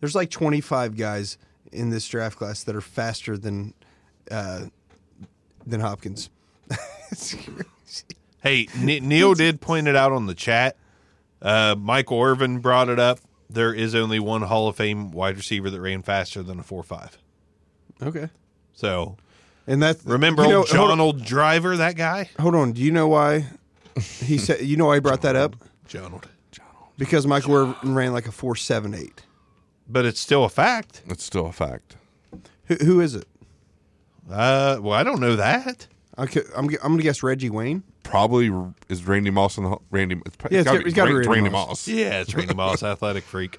Speaker 3: There's like 25 guys in this draft class that are faster than uh, than Hopkins. It's crazy.
Speaker 1: Hey, N- Neil did point it out on the chat. Uh, Michael Irvin brought it up. There is only one Hall of Fame wide receiver that ran faster than a four-five.
Speaker 3: okay.
Speaker 1: So
Speaker 3: And that's
Speaker 1: remember
Speaker 3: you know-
Speaker 1: old John,
Speaker 3: Hold on,
Speaker 1: old driver, that guy,
Speaker 3: hold on. Do you know why he said? You know why he brought that up?
Speaker 1: John.
Speaker 3: Because Michael Irvin ran like a four seven eight.
Speaker 1: But it's still a fact.
Speaker 4: It's still a fact.
Speaker 3: Who, who is it?
Speaker 1: Uh, well, I don't know that.
Speaker 3: I could, I'm, gu- I'm gonna guess Reggie Wayne.
Speaker 4: Probably r- is Randy Moss and Randy. It's, pro-
Speaker 3: Yeah, it's
Speaker 4: gotta
Speaker 3: got- it's gotta be
Speaker 4: Ran-
Speaker 3: Randy
Speaker 4: Randy
Speaker 3: Moss.
Speaker 4: Moss.
Speaker 1: Yeah, it's Randy Moss, athletic freak.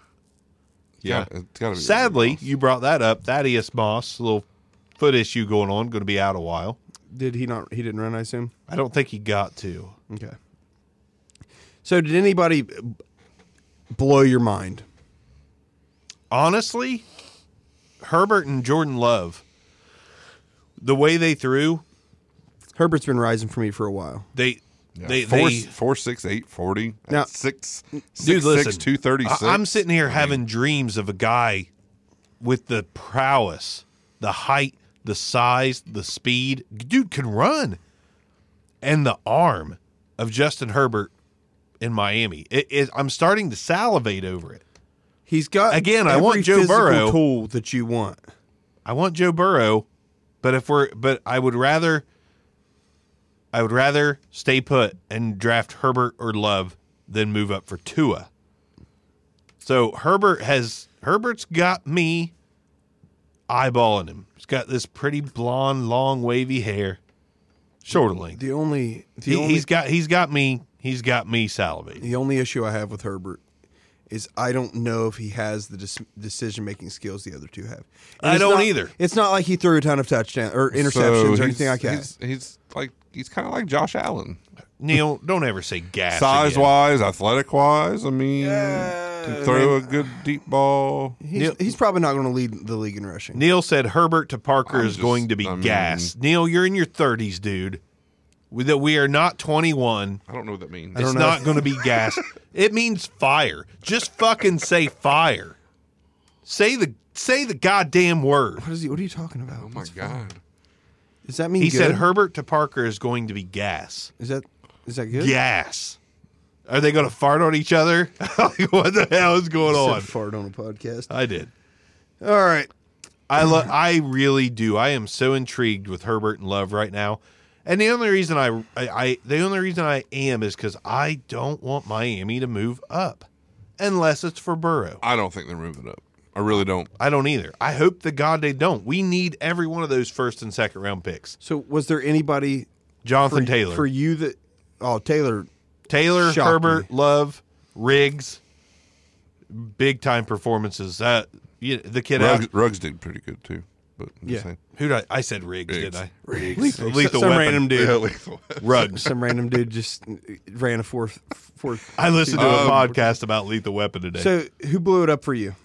Speaker 4: Yeah, it's gotta be. Randy
Speaker 1: Sadly,
Speaker 4: Moss.
Speaker 1: you brought that up. Thaddeus Moss, a little foot issue going on, going to be out a while.
Speaker 3: Did he not? He didn't run. I assume.
Speaker 1: I don't think he got to.
Speaker 3: Okay. So did anybody b- blow your mind?
Speaker 1: honestly, Herbert and Jordan Love, the way they threw,
Speaker 3: Herbert's been rising for me for a while.
Speaker 1: they
Speaker 4: Yeah.
Speaker 1: they
Speaker 4: four,
Speaker 1: they
Speaker 4: four, six, eight, forty.
Speaker 3: Now-
Speaker 4: six,
Speaker 1: dude,
Speaker 4: six,
Speaker 1: listen,
Speaker 4: six, two thirty six.
Speaker 1: I- I'm sitting here having dreams of a guy with the prowess, the height, the size, the speed. Dude can run, and the arm of Justin Herbert in Miami. It, it, I'm starting to salivate over it.
Speaker 3: He's got
Speaker 1: Again, I
Speaker 3: every
Speaker 1: want Joe
Speaker 3: physical
Speaker 1: Burrow.
Speaker 3: tool that you want.
Speaker 1: I want Joe Burrow, but if we're but I would rather I would rather stay put and draft Herbert or Love than move up for Tua. So Herbert has Herbert's got me eyeballing him. He's got this pretty blonde, long, wavy hair, shorter length.
Speaker 3: The only the
Speaker 1: He,
Speaker 3: only
Speaker 1: he's got he's got me he's got me salivating.
Speaker 3: the only issue I have with Herbert is I don't know if he has the dis- decision making skills the other two have.
Speaker 1: I
Speaker 3: it's
Speaker 1: don't
Speaker 3: not-
Speaker 1: either.
Speaker 3: It's not like he threw a ton of touchdowns or
Speaker 4: So
Speaker 3: interceptions
Speaker 4: he's-
Speaker 3: or anything like that.
Speaker 4: He's, he's like he's kind of like Josh Allen,
Speaker 1: Neil, don't ever say gas.
Speaker 4: size
Speaker 1: again.
Speaker 4: wise, athletic wise. I mean, can throw a good deep ball.
Speaker 3: He's, he's probably not going to lead the league in rushing.
Speaker 1: Neil said Herbert to Parker
Speaker 4: I'm
Speaker 1: is
Speaker 4: just-
Speaker 1: going to be
Speaker 4: I mean-
Speaker 1: gas. Neil, you're in your 30s, dude. We, that we are not 21.
Speaker 4: I don't know what that means.
Speaker 1: It's not going to be gas. It means fire. Just fucking say fire. Say the say the goddamn word.
Speaker 3: What is he? What are you talking about?
Speaker 4: Oh my god!
Speaker 3: Does that mean
Speaker 1: He
Speaker 3: good?
Speaker 1: said Herbert to Parker is going to be gas.
Speaker 3: Is that is that good?
Speaker 1: Gas. Are they going to fart on each other? Like, what the hell is going
Speaker 3: Said
Speaker 1: on? Uh,
Speaker 3: fart on a podcast.
Speaker 1: I did.
Speaker 3: All right.
Speaker 1: I lo- I really do. I am so intrigued with Herbert and Love right now, and the only reason I I, I the only reason I am is because I don't want Miami to move up, unless it's for Burrow.
Speaker 4: I don't think they're moving up. I really don't.
Speaker 1: I don't either. I hope to God they don't. We need every one of those first and second round picks.
Speaker 3: So was there anybody
Speaker 1: Jonathan
Speaker 3: for,
Speaker 1: Taylor,
Speaker 3: for you that? Oh, Taylor.
Speaker 1: Taylor,
Speaker 3: Shocked
Speaker 1: Herbert,
Speaker 3: me.
Speaker 1: Love, Riggs, big time performances. That you the kid out.
Speaker 4: Ruggs, Ruggs did pretty good too, but I'm just
Speaker 3: Yeah.
Speaker 4: saying.
Speaker 1: Who did I, I said Riggs,
Speaker 4: Riggs.
Speaker 1: didn't I?
Speaker 4: Riggs.
Speaker 1: Lethal, lethal
Speaker 3: Some
Speaker 1: weapon.
Speaker 3: random dude.
Speaker 4: Yeah, lethal.
Speaker 1: Rugs.
Speaker 3: Some random dude just ran a fourth. Fourth.
Speaker 1: I listened to a
Speaker 4: Um,
Speaker 1: podcast about Lethal Weapon today.
Speaker 3: So who blew it up for you?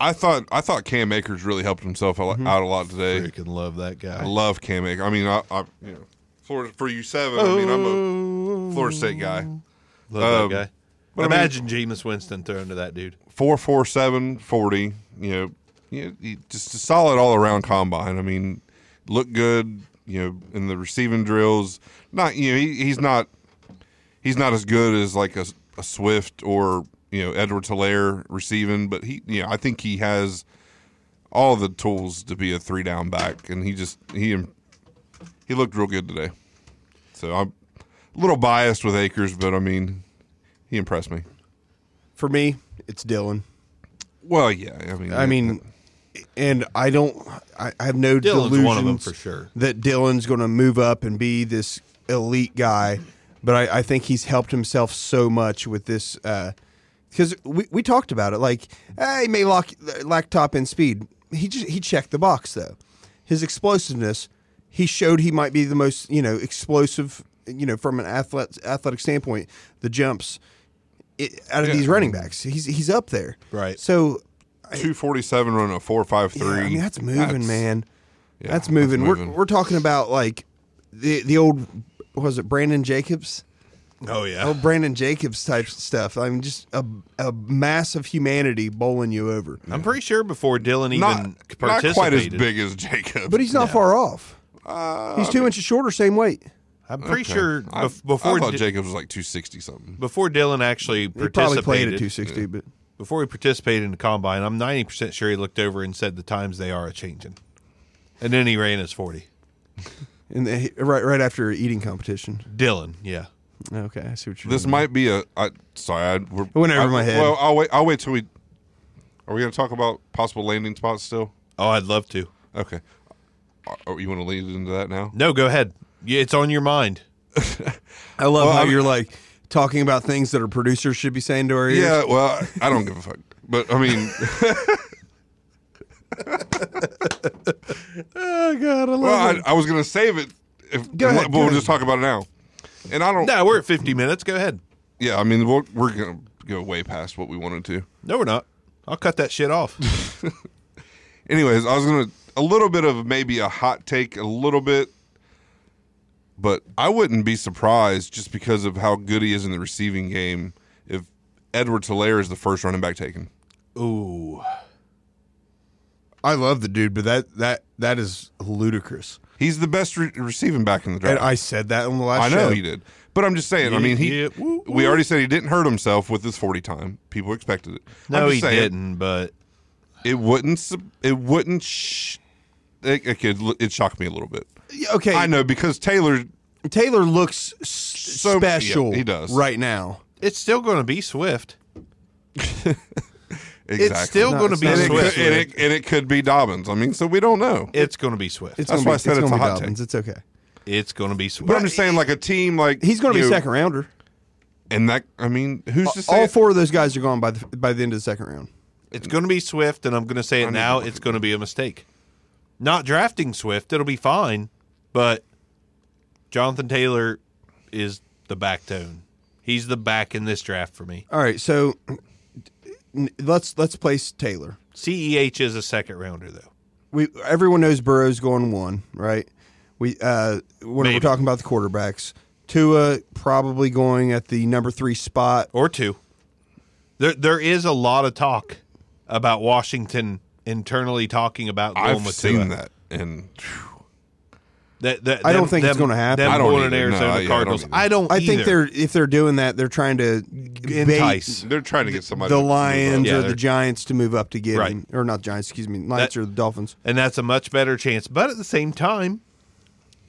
Speaker 4: I thought I thought Cam Akers really helped himself a lot-
Speaker 3: Mm-hmm.
Speaker 4: out a lot today.
Speaker 1: freaking love that
Speaker 4: I
Speaker 1: guy.
Speaker 4: love Cam Akers. I mean, I, I you know, Florida for you seven. I mean, I'm a Florida State guy.
Speaker 1: Love
Speaker 4: Um,
Speaker 1: that guy.
Speaker 4: but I mean-
Speaker 1: Imagine Jameis Winston throwing to that dude.
Speaker 4: Four four seven forty. You know, you know, he- just a solid all around combine. I mean, looked good. You know, in the receiving drills. Not you know he, he's not he's not as good as like a, a Swift or you know Edward Hilaire receiving, but he you know I think he has all the tools to be a three down back, and he just he he looked real good today. So I'm a little biased with Akers, but I mean he impressed me.
Speaker 3: For me, it's Dylan.
Speaker 4: Well, yeah, I mean
Speaker 3: I mean, and I don't. I, I have no
Speaker 1: Dylan's
Speaker 3: delusions
Speaker 1: one of them for sure.
Speaker 3: that Dylan's going to move up and be this elite guy. But I, I think he's helped himself so much with this because we, we talked about it. Like eh, he may lock, lack top end speed. He just, he checked the box though. His explosiveness. He showed he might be the most you know explosive you know from an athlete, athletic standpoint. The jumps it, out of
Speaker 4: Yeah.
Speaker 3: these running backs, he's he's up there.
Speaker 1: Right.
Speaker 3: So
Speaker 4: two forty seven running a four five
Speaker 3: yeah,
Speaker 4: three.
Speaker 3: I mean, that's moving, man.
Speaker 4: yeah,
Speaker 3: that's moving.
Speaker 4: moving.
Speaker 3: We're, we're talking about like the the old what was it Brandon Jacobs?
Speaker 1: Oh yeah.
Speaker 3: Oh, Brandon Jacobs type stuff. I mean, just a, a mass of humanity bowling you over.
Speaker 1: I'm pretty sure before Dylan even
Speaker 4: Not, not
Speaker 1: participated.
Speaker 4: quite as big as Jacob.
Speaker 3: But he's not far off. he's two inches shorter, same weight.
Speaker 1: I'm pretty sure
Speaker 4: I,
Speaker 1: bef- before
Speaker 4: I thought
Speaker 1: Di-
Speaker 4: Jacob was like 260 something.
Speaker 1: before Dylan actually
Speaker 3: He probably played at
Speaker 1: participated
Speaker 3: 260, but
Speaker 1: before he participated in the combine. I'm 90 percent sure he looked over and said the times they are a changing, and then he ran his 40.
Speaker 3: in the, right right after eating competition.
Speaker 1: Dylan, yeah.
Speaker 3: Okay, I see what you're
Speaker 4: This
Speaker 3: doing.
Speaker 4: might be a. I, sorry, I, we're,
Speaker 3: It went over
Speaker 4: I-
Speaker 3: my head.
Speaker 4: Well, I'll wait. I'll wait till we. Are we going to talk about possible landing spots still?
Speaker 1: Oh, I'd love to.
Speaker 4: Okay. Uh, Oh, you want to lead into that now?
Speaker 1: No, go ahead. Yeah, it's on your mind.
Speaker 3: I love
Speaker 4: Well,
Speaker 3: how
Speaker 4: I-
Speaker 3: you're like talking about things that our producers should be saying to our ears.
Speaker 4: Yeah. Well, I don't give a fuck. But I mean,
Speaker 3: Oh God, I love
Speaker 4: well, I, I was going to save it. If,
Speaker 3: Go ahead,
Speaker 4: but
Speaker 3: go
Speaker 4: we'll
Speaker 3: ahead.
Speaker 4: just talk about it now. And I don't.
Speaker 1: No, we're at 50 minutes. Go ahead.
Speaker 4: Yeah. I mean, we're, we're going to go way past what we wanted to.
Speaker 1: No, we're not. I'll cut that shit off.
Speaker 4: Anyways, I was gonna a little bit of maybe a hot take, a little bit, but I wouldn't be surprised just because of how good he is in the receiving game if Edward Tolaire is the first running back taken.
Speaker 1: Ooh.
Speaker 5: I love the dude, but that that that is ludicrous.
Speaker 4: He's the best re- receiving back in the
Speaker 5: And
Speaker 4: draft.
Speaker 5: I said that on the last.
Speaker 4: I know
Speaker 5: show.
Speaker 4: he did, but I'm just saying. I mean, he.
Speaker 1: Yeah, yeah. Woo,
Speaker 4: We already said he didn't hurt himself with his 40 time. People expected it. I'm
Speaker 1: No,
Speaker 4: just
Speaker 1: he
Speaker 4: saying,
Speaker 1: didn't, but
Speaker 4: It wouldn't. su- It wouldn't. Sh- it, it, could- it shocked me a little bit.
Speaker 3: Okay,
Speaker 4: I know because Taylor
Speaker 3: Taylor looks s-
Speaker 4: yeah,
Speaker 3: special.
Speaker 4: he does.
Speaker 3: right now.
Speaker 1: it's still going to be Swift.
Speaker 4: Exactly.
Speaker 1: It's still
Speaker 3: No,
Speaker 1: going to
Speaker 3: it's
Speaker 1: be
Speaker 3: not.
Speaker 4: and it,
Speaker 1: Swift.
Speaker 4: could, and, it, and it could be Dobbins. I mean, so we don't know.
Speaker 1: it's going to be Swift. It's,
Speaker 4: That's
Speaker 3: gonna
Speaker 4: why I
Speaker 3: be-
Speaker 4: said it's
Speaker 3: gonna
Speaker 4: a
Speaker 3: be
Speaker 4: hot
Speaker 3: Dobbins. It's okay.
Speaker 1: going to be Swift.
Speaker 4: but I'm just saying, like a team, like
Speaker 3: He's going to
Speaker 4: you
Speaker 3: be
Speaker 4: know,
Speaker 3: second rounder.
Speaker 4: and that. I mean, who's to say
Speaker 3: All four of those guys are gone by the by the end of the second round.
Speaker 1: it's going to be Swift, and I'm going to say it
Speaker 4: need
Speaker 1: now.
Speaker 4: to look
Speaker 1: It's going to be a mistake. Not drafting Swift, it'll be fine, but Jonathan Taylor is the backbone. He's the back in this draft for me.
Speaker 3: All right, so n- let's let's place Taylor.
Speaker 1: CEH E is a second rounder, though.
Speaker 3: We everyone knows Burrow's going one, right? We uh, when
Speaker 1: Maybe.
Speaker 3: we're talking about the quarterbacks, Tua probably going at the number three spot.
Speaker 1: or two. There, there is a lot of talk about Washington internally talking about going
Speaker 4: I've
Speaker 1: with
Speaker 4: seen
Speaker 1: Tua.
Speaker 4: that, and phew,
Speaker 1: That- that-
Speaker 3: I don't
Speaker 1: them-
Speaker 3: think it's
Speaker 1: them-
Speaker 3: gonna happen.
Speaker 1: Them
Speaker 4: I don't
Speaker 1: going to
Speaker 4: either. No, yeah, I
Speaker 1: Arizona
Speaker 4: don't
Speaker 1: Cardinals.
Speaker 4: either.
Speaker 1: I don't.
Speaker 3: I think
Speaker 1: either.
Speaker 3: they're if they're doing that, they're trying to
Speaker 1: entice.
Speaker 3: bait
Speaker 4: they're trying to get somebody.
Speaker 3: the
Speaker 4: to move up.
Speaker 3: Lions
Speaker 1: Yeah,
Speaker 3: or
Speaker 1: they're-
Speaker 3: the Giants to move up to get
Speaker 1: Right.
Speaker 3: him, or not Giants? Excuse me, Lions
Speaker 1: That-
Speaker 3: or the Dolphins.
Speaker 1: and that's a much better chance. But at the same time,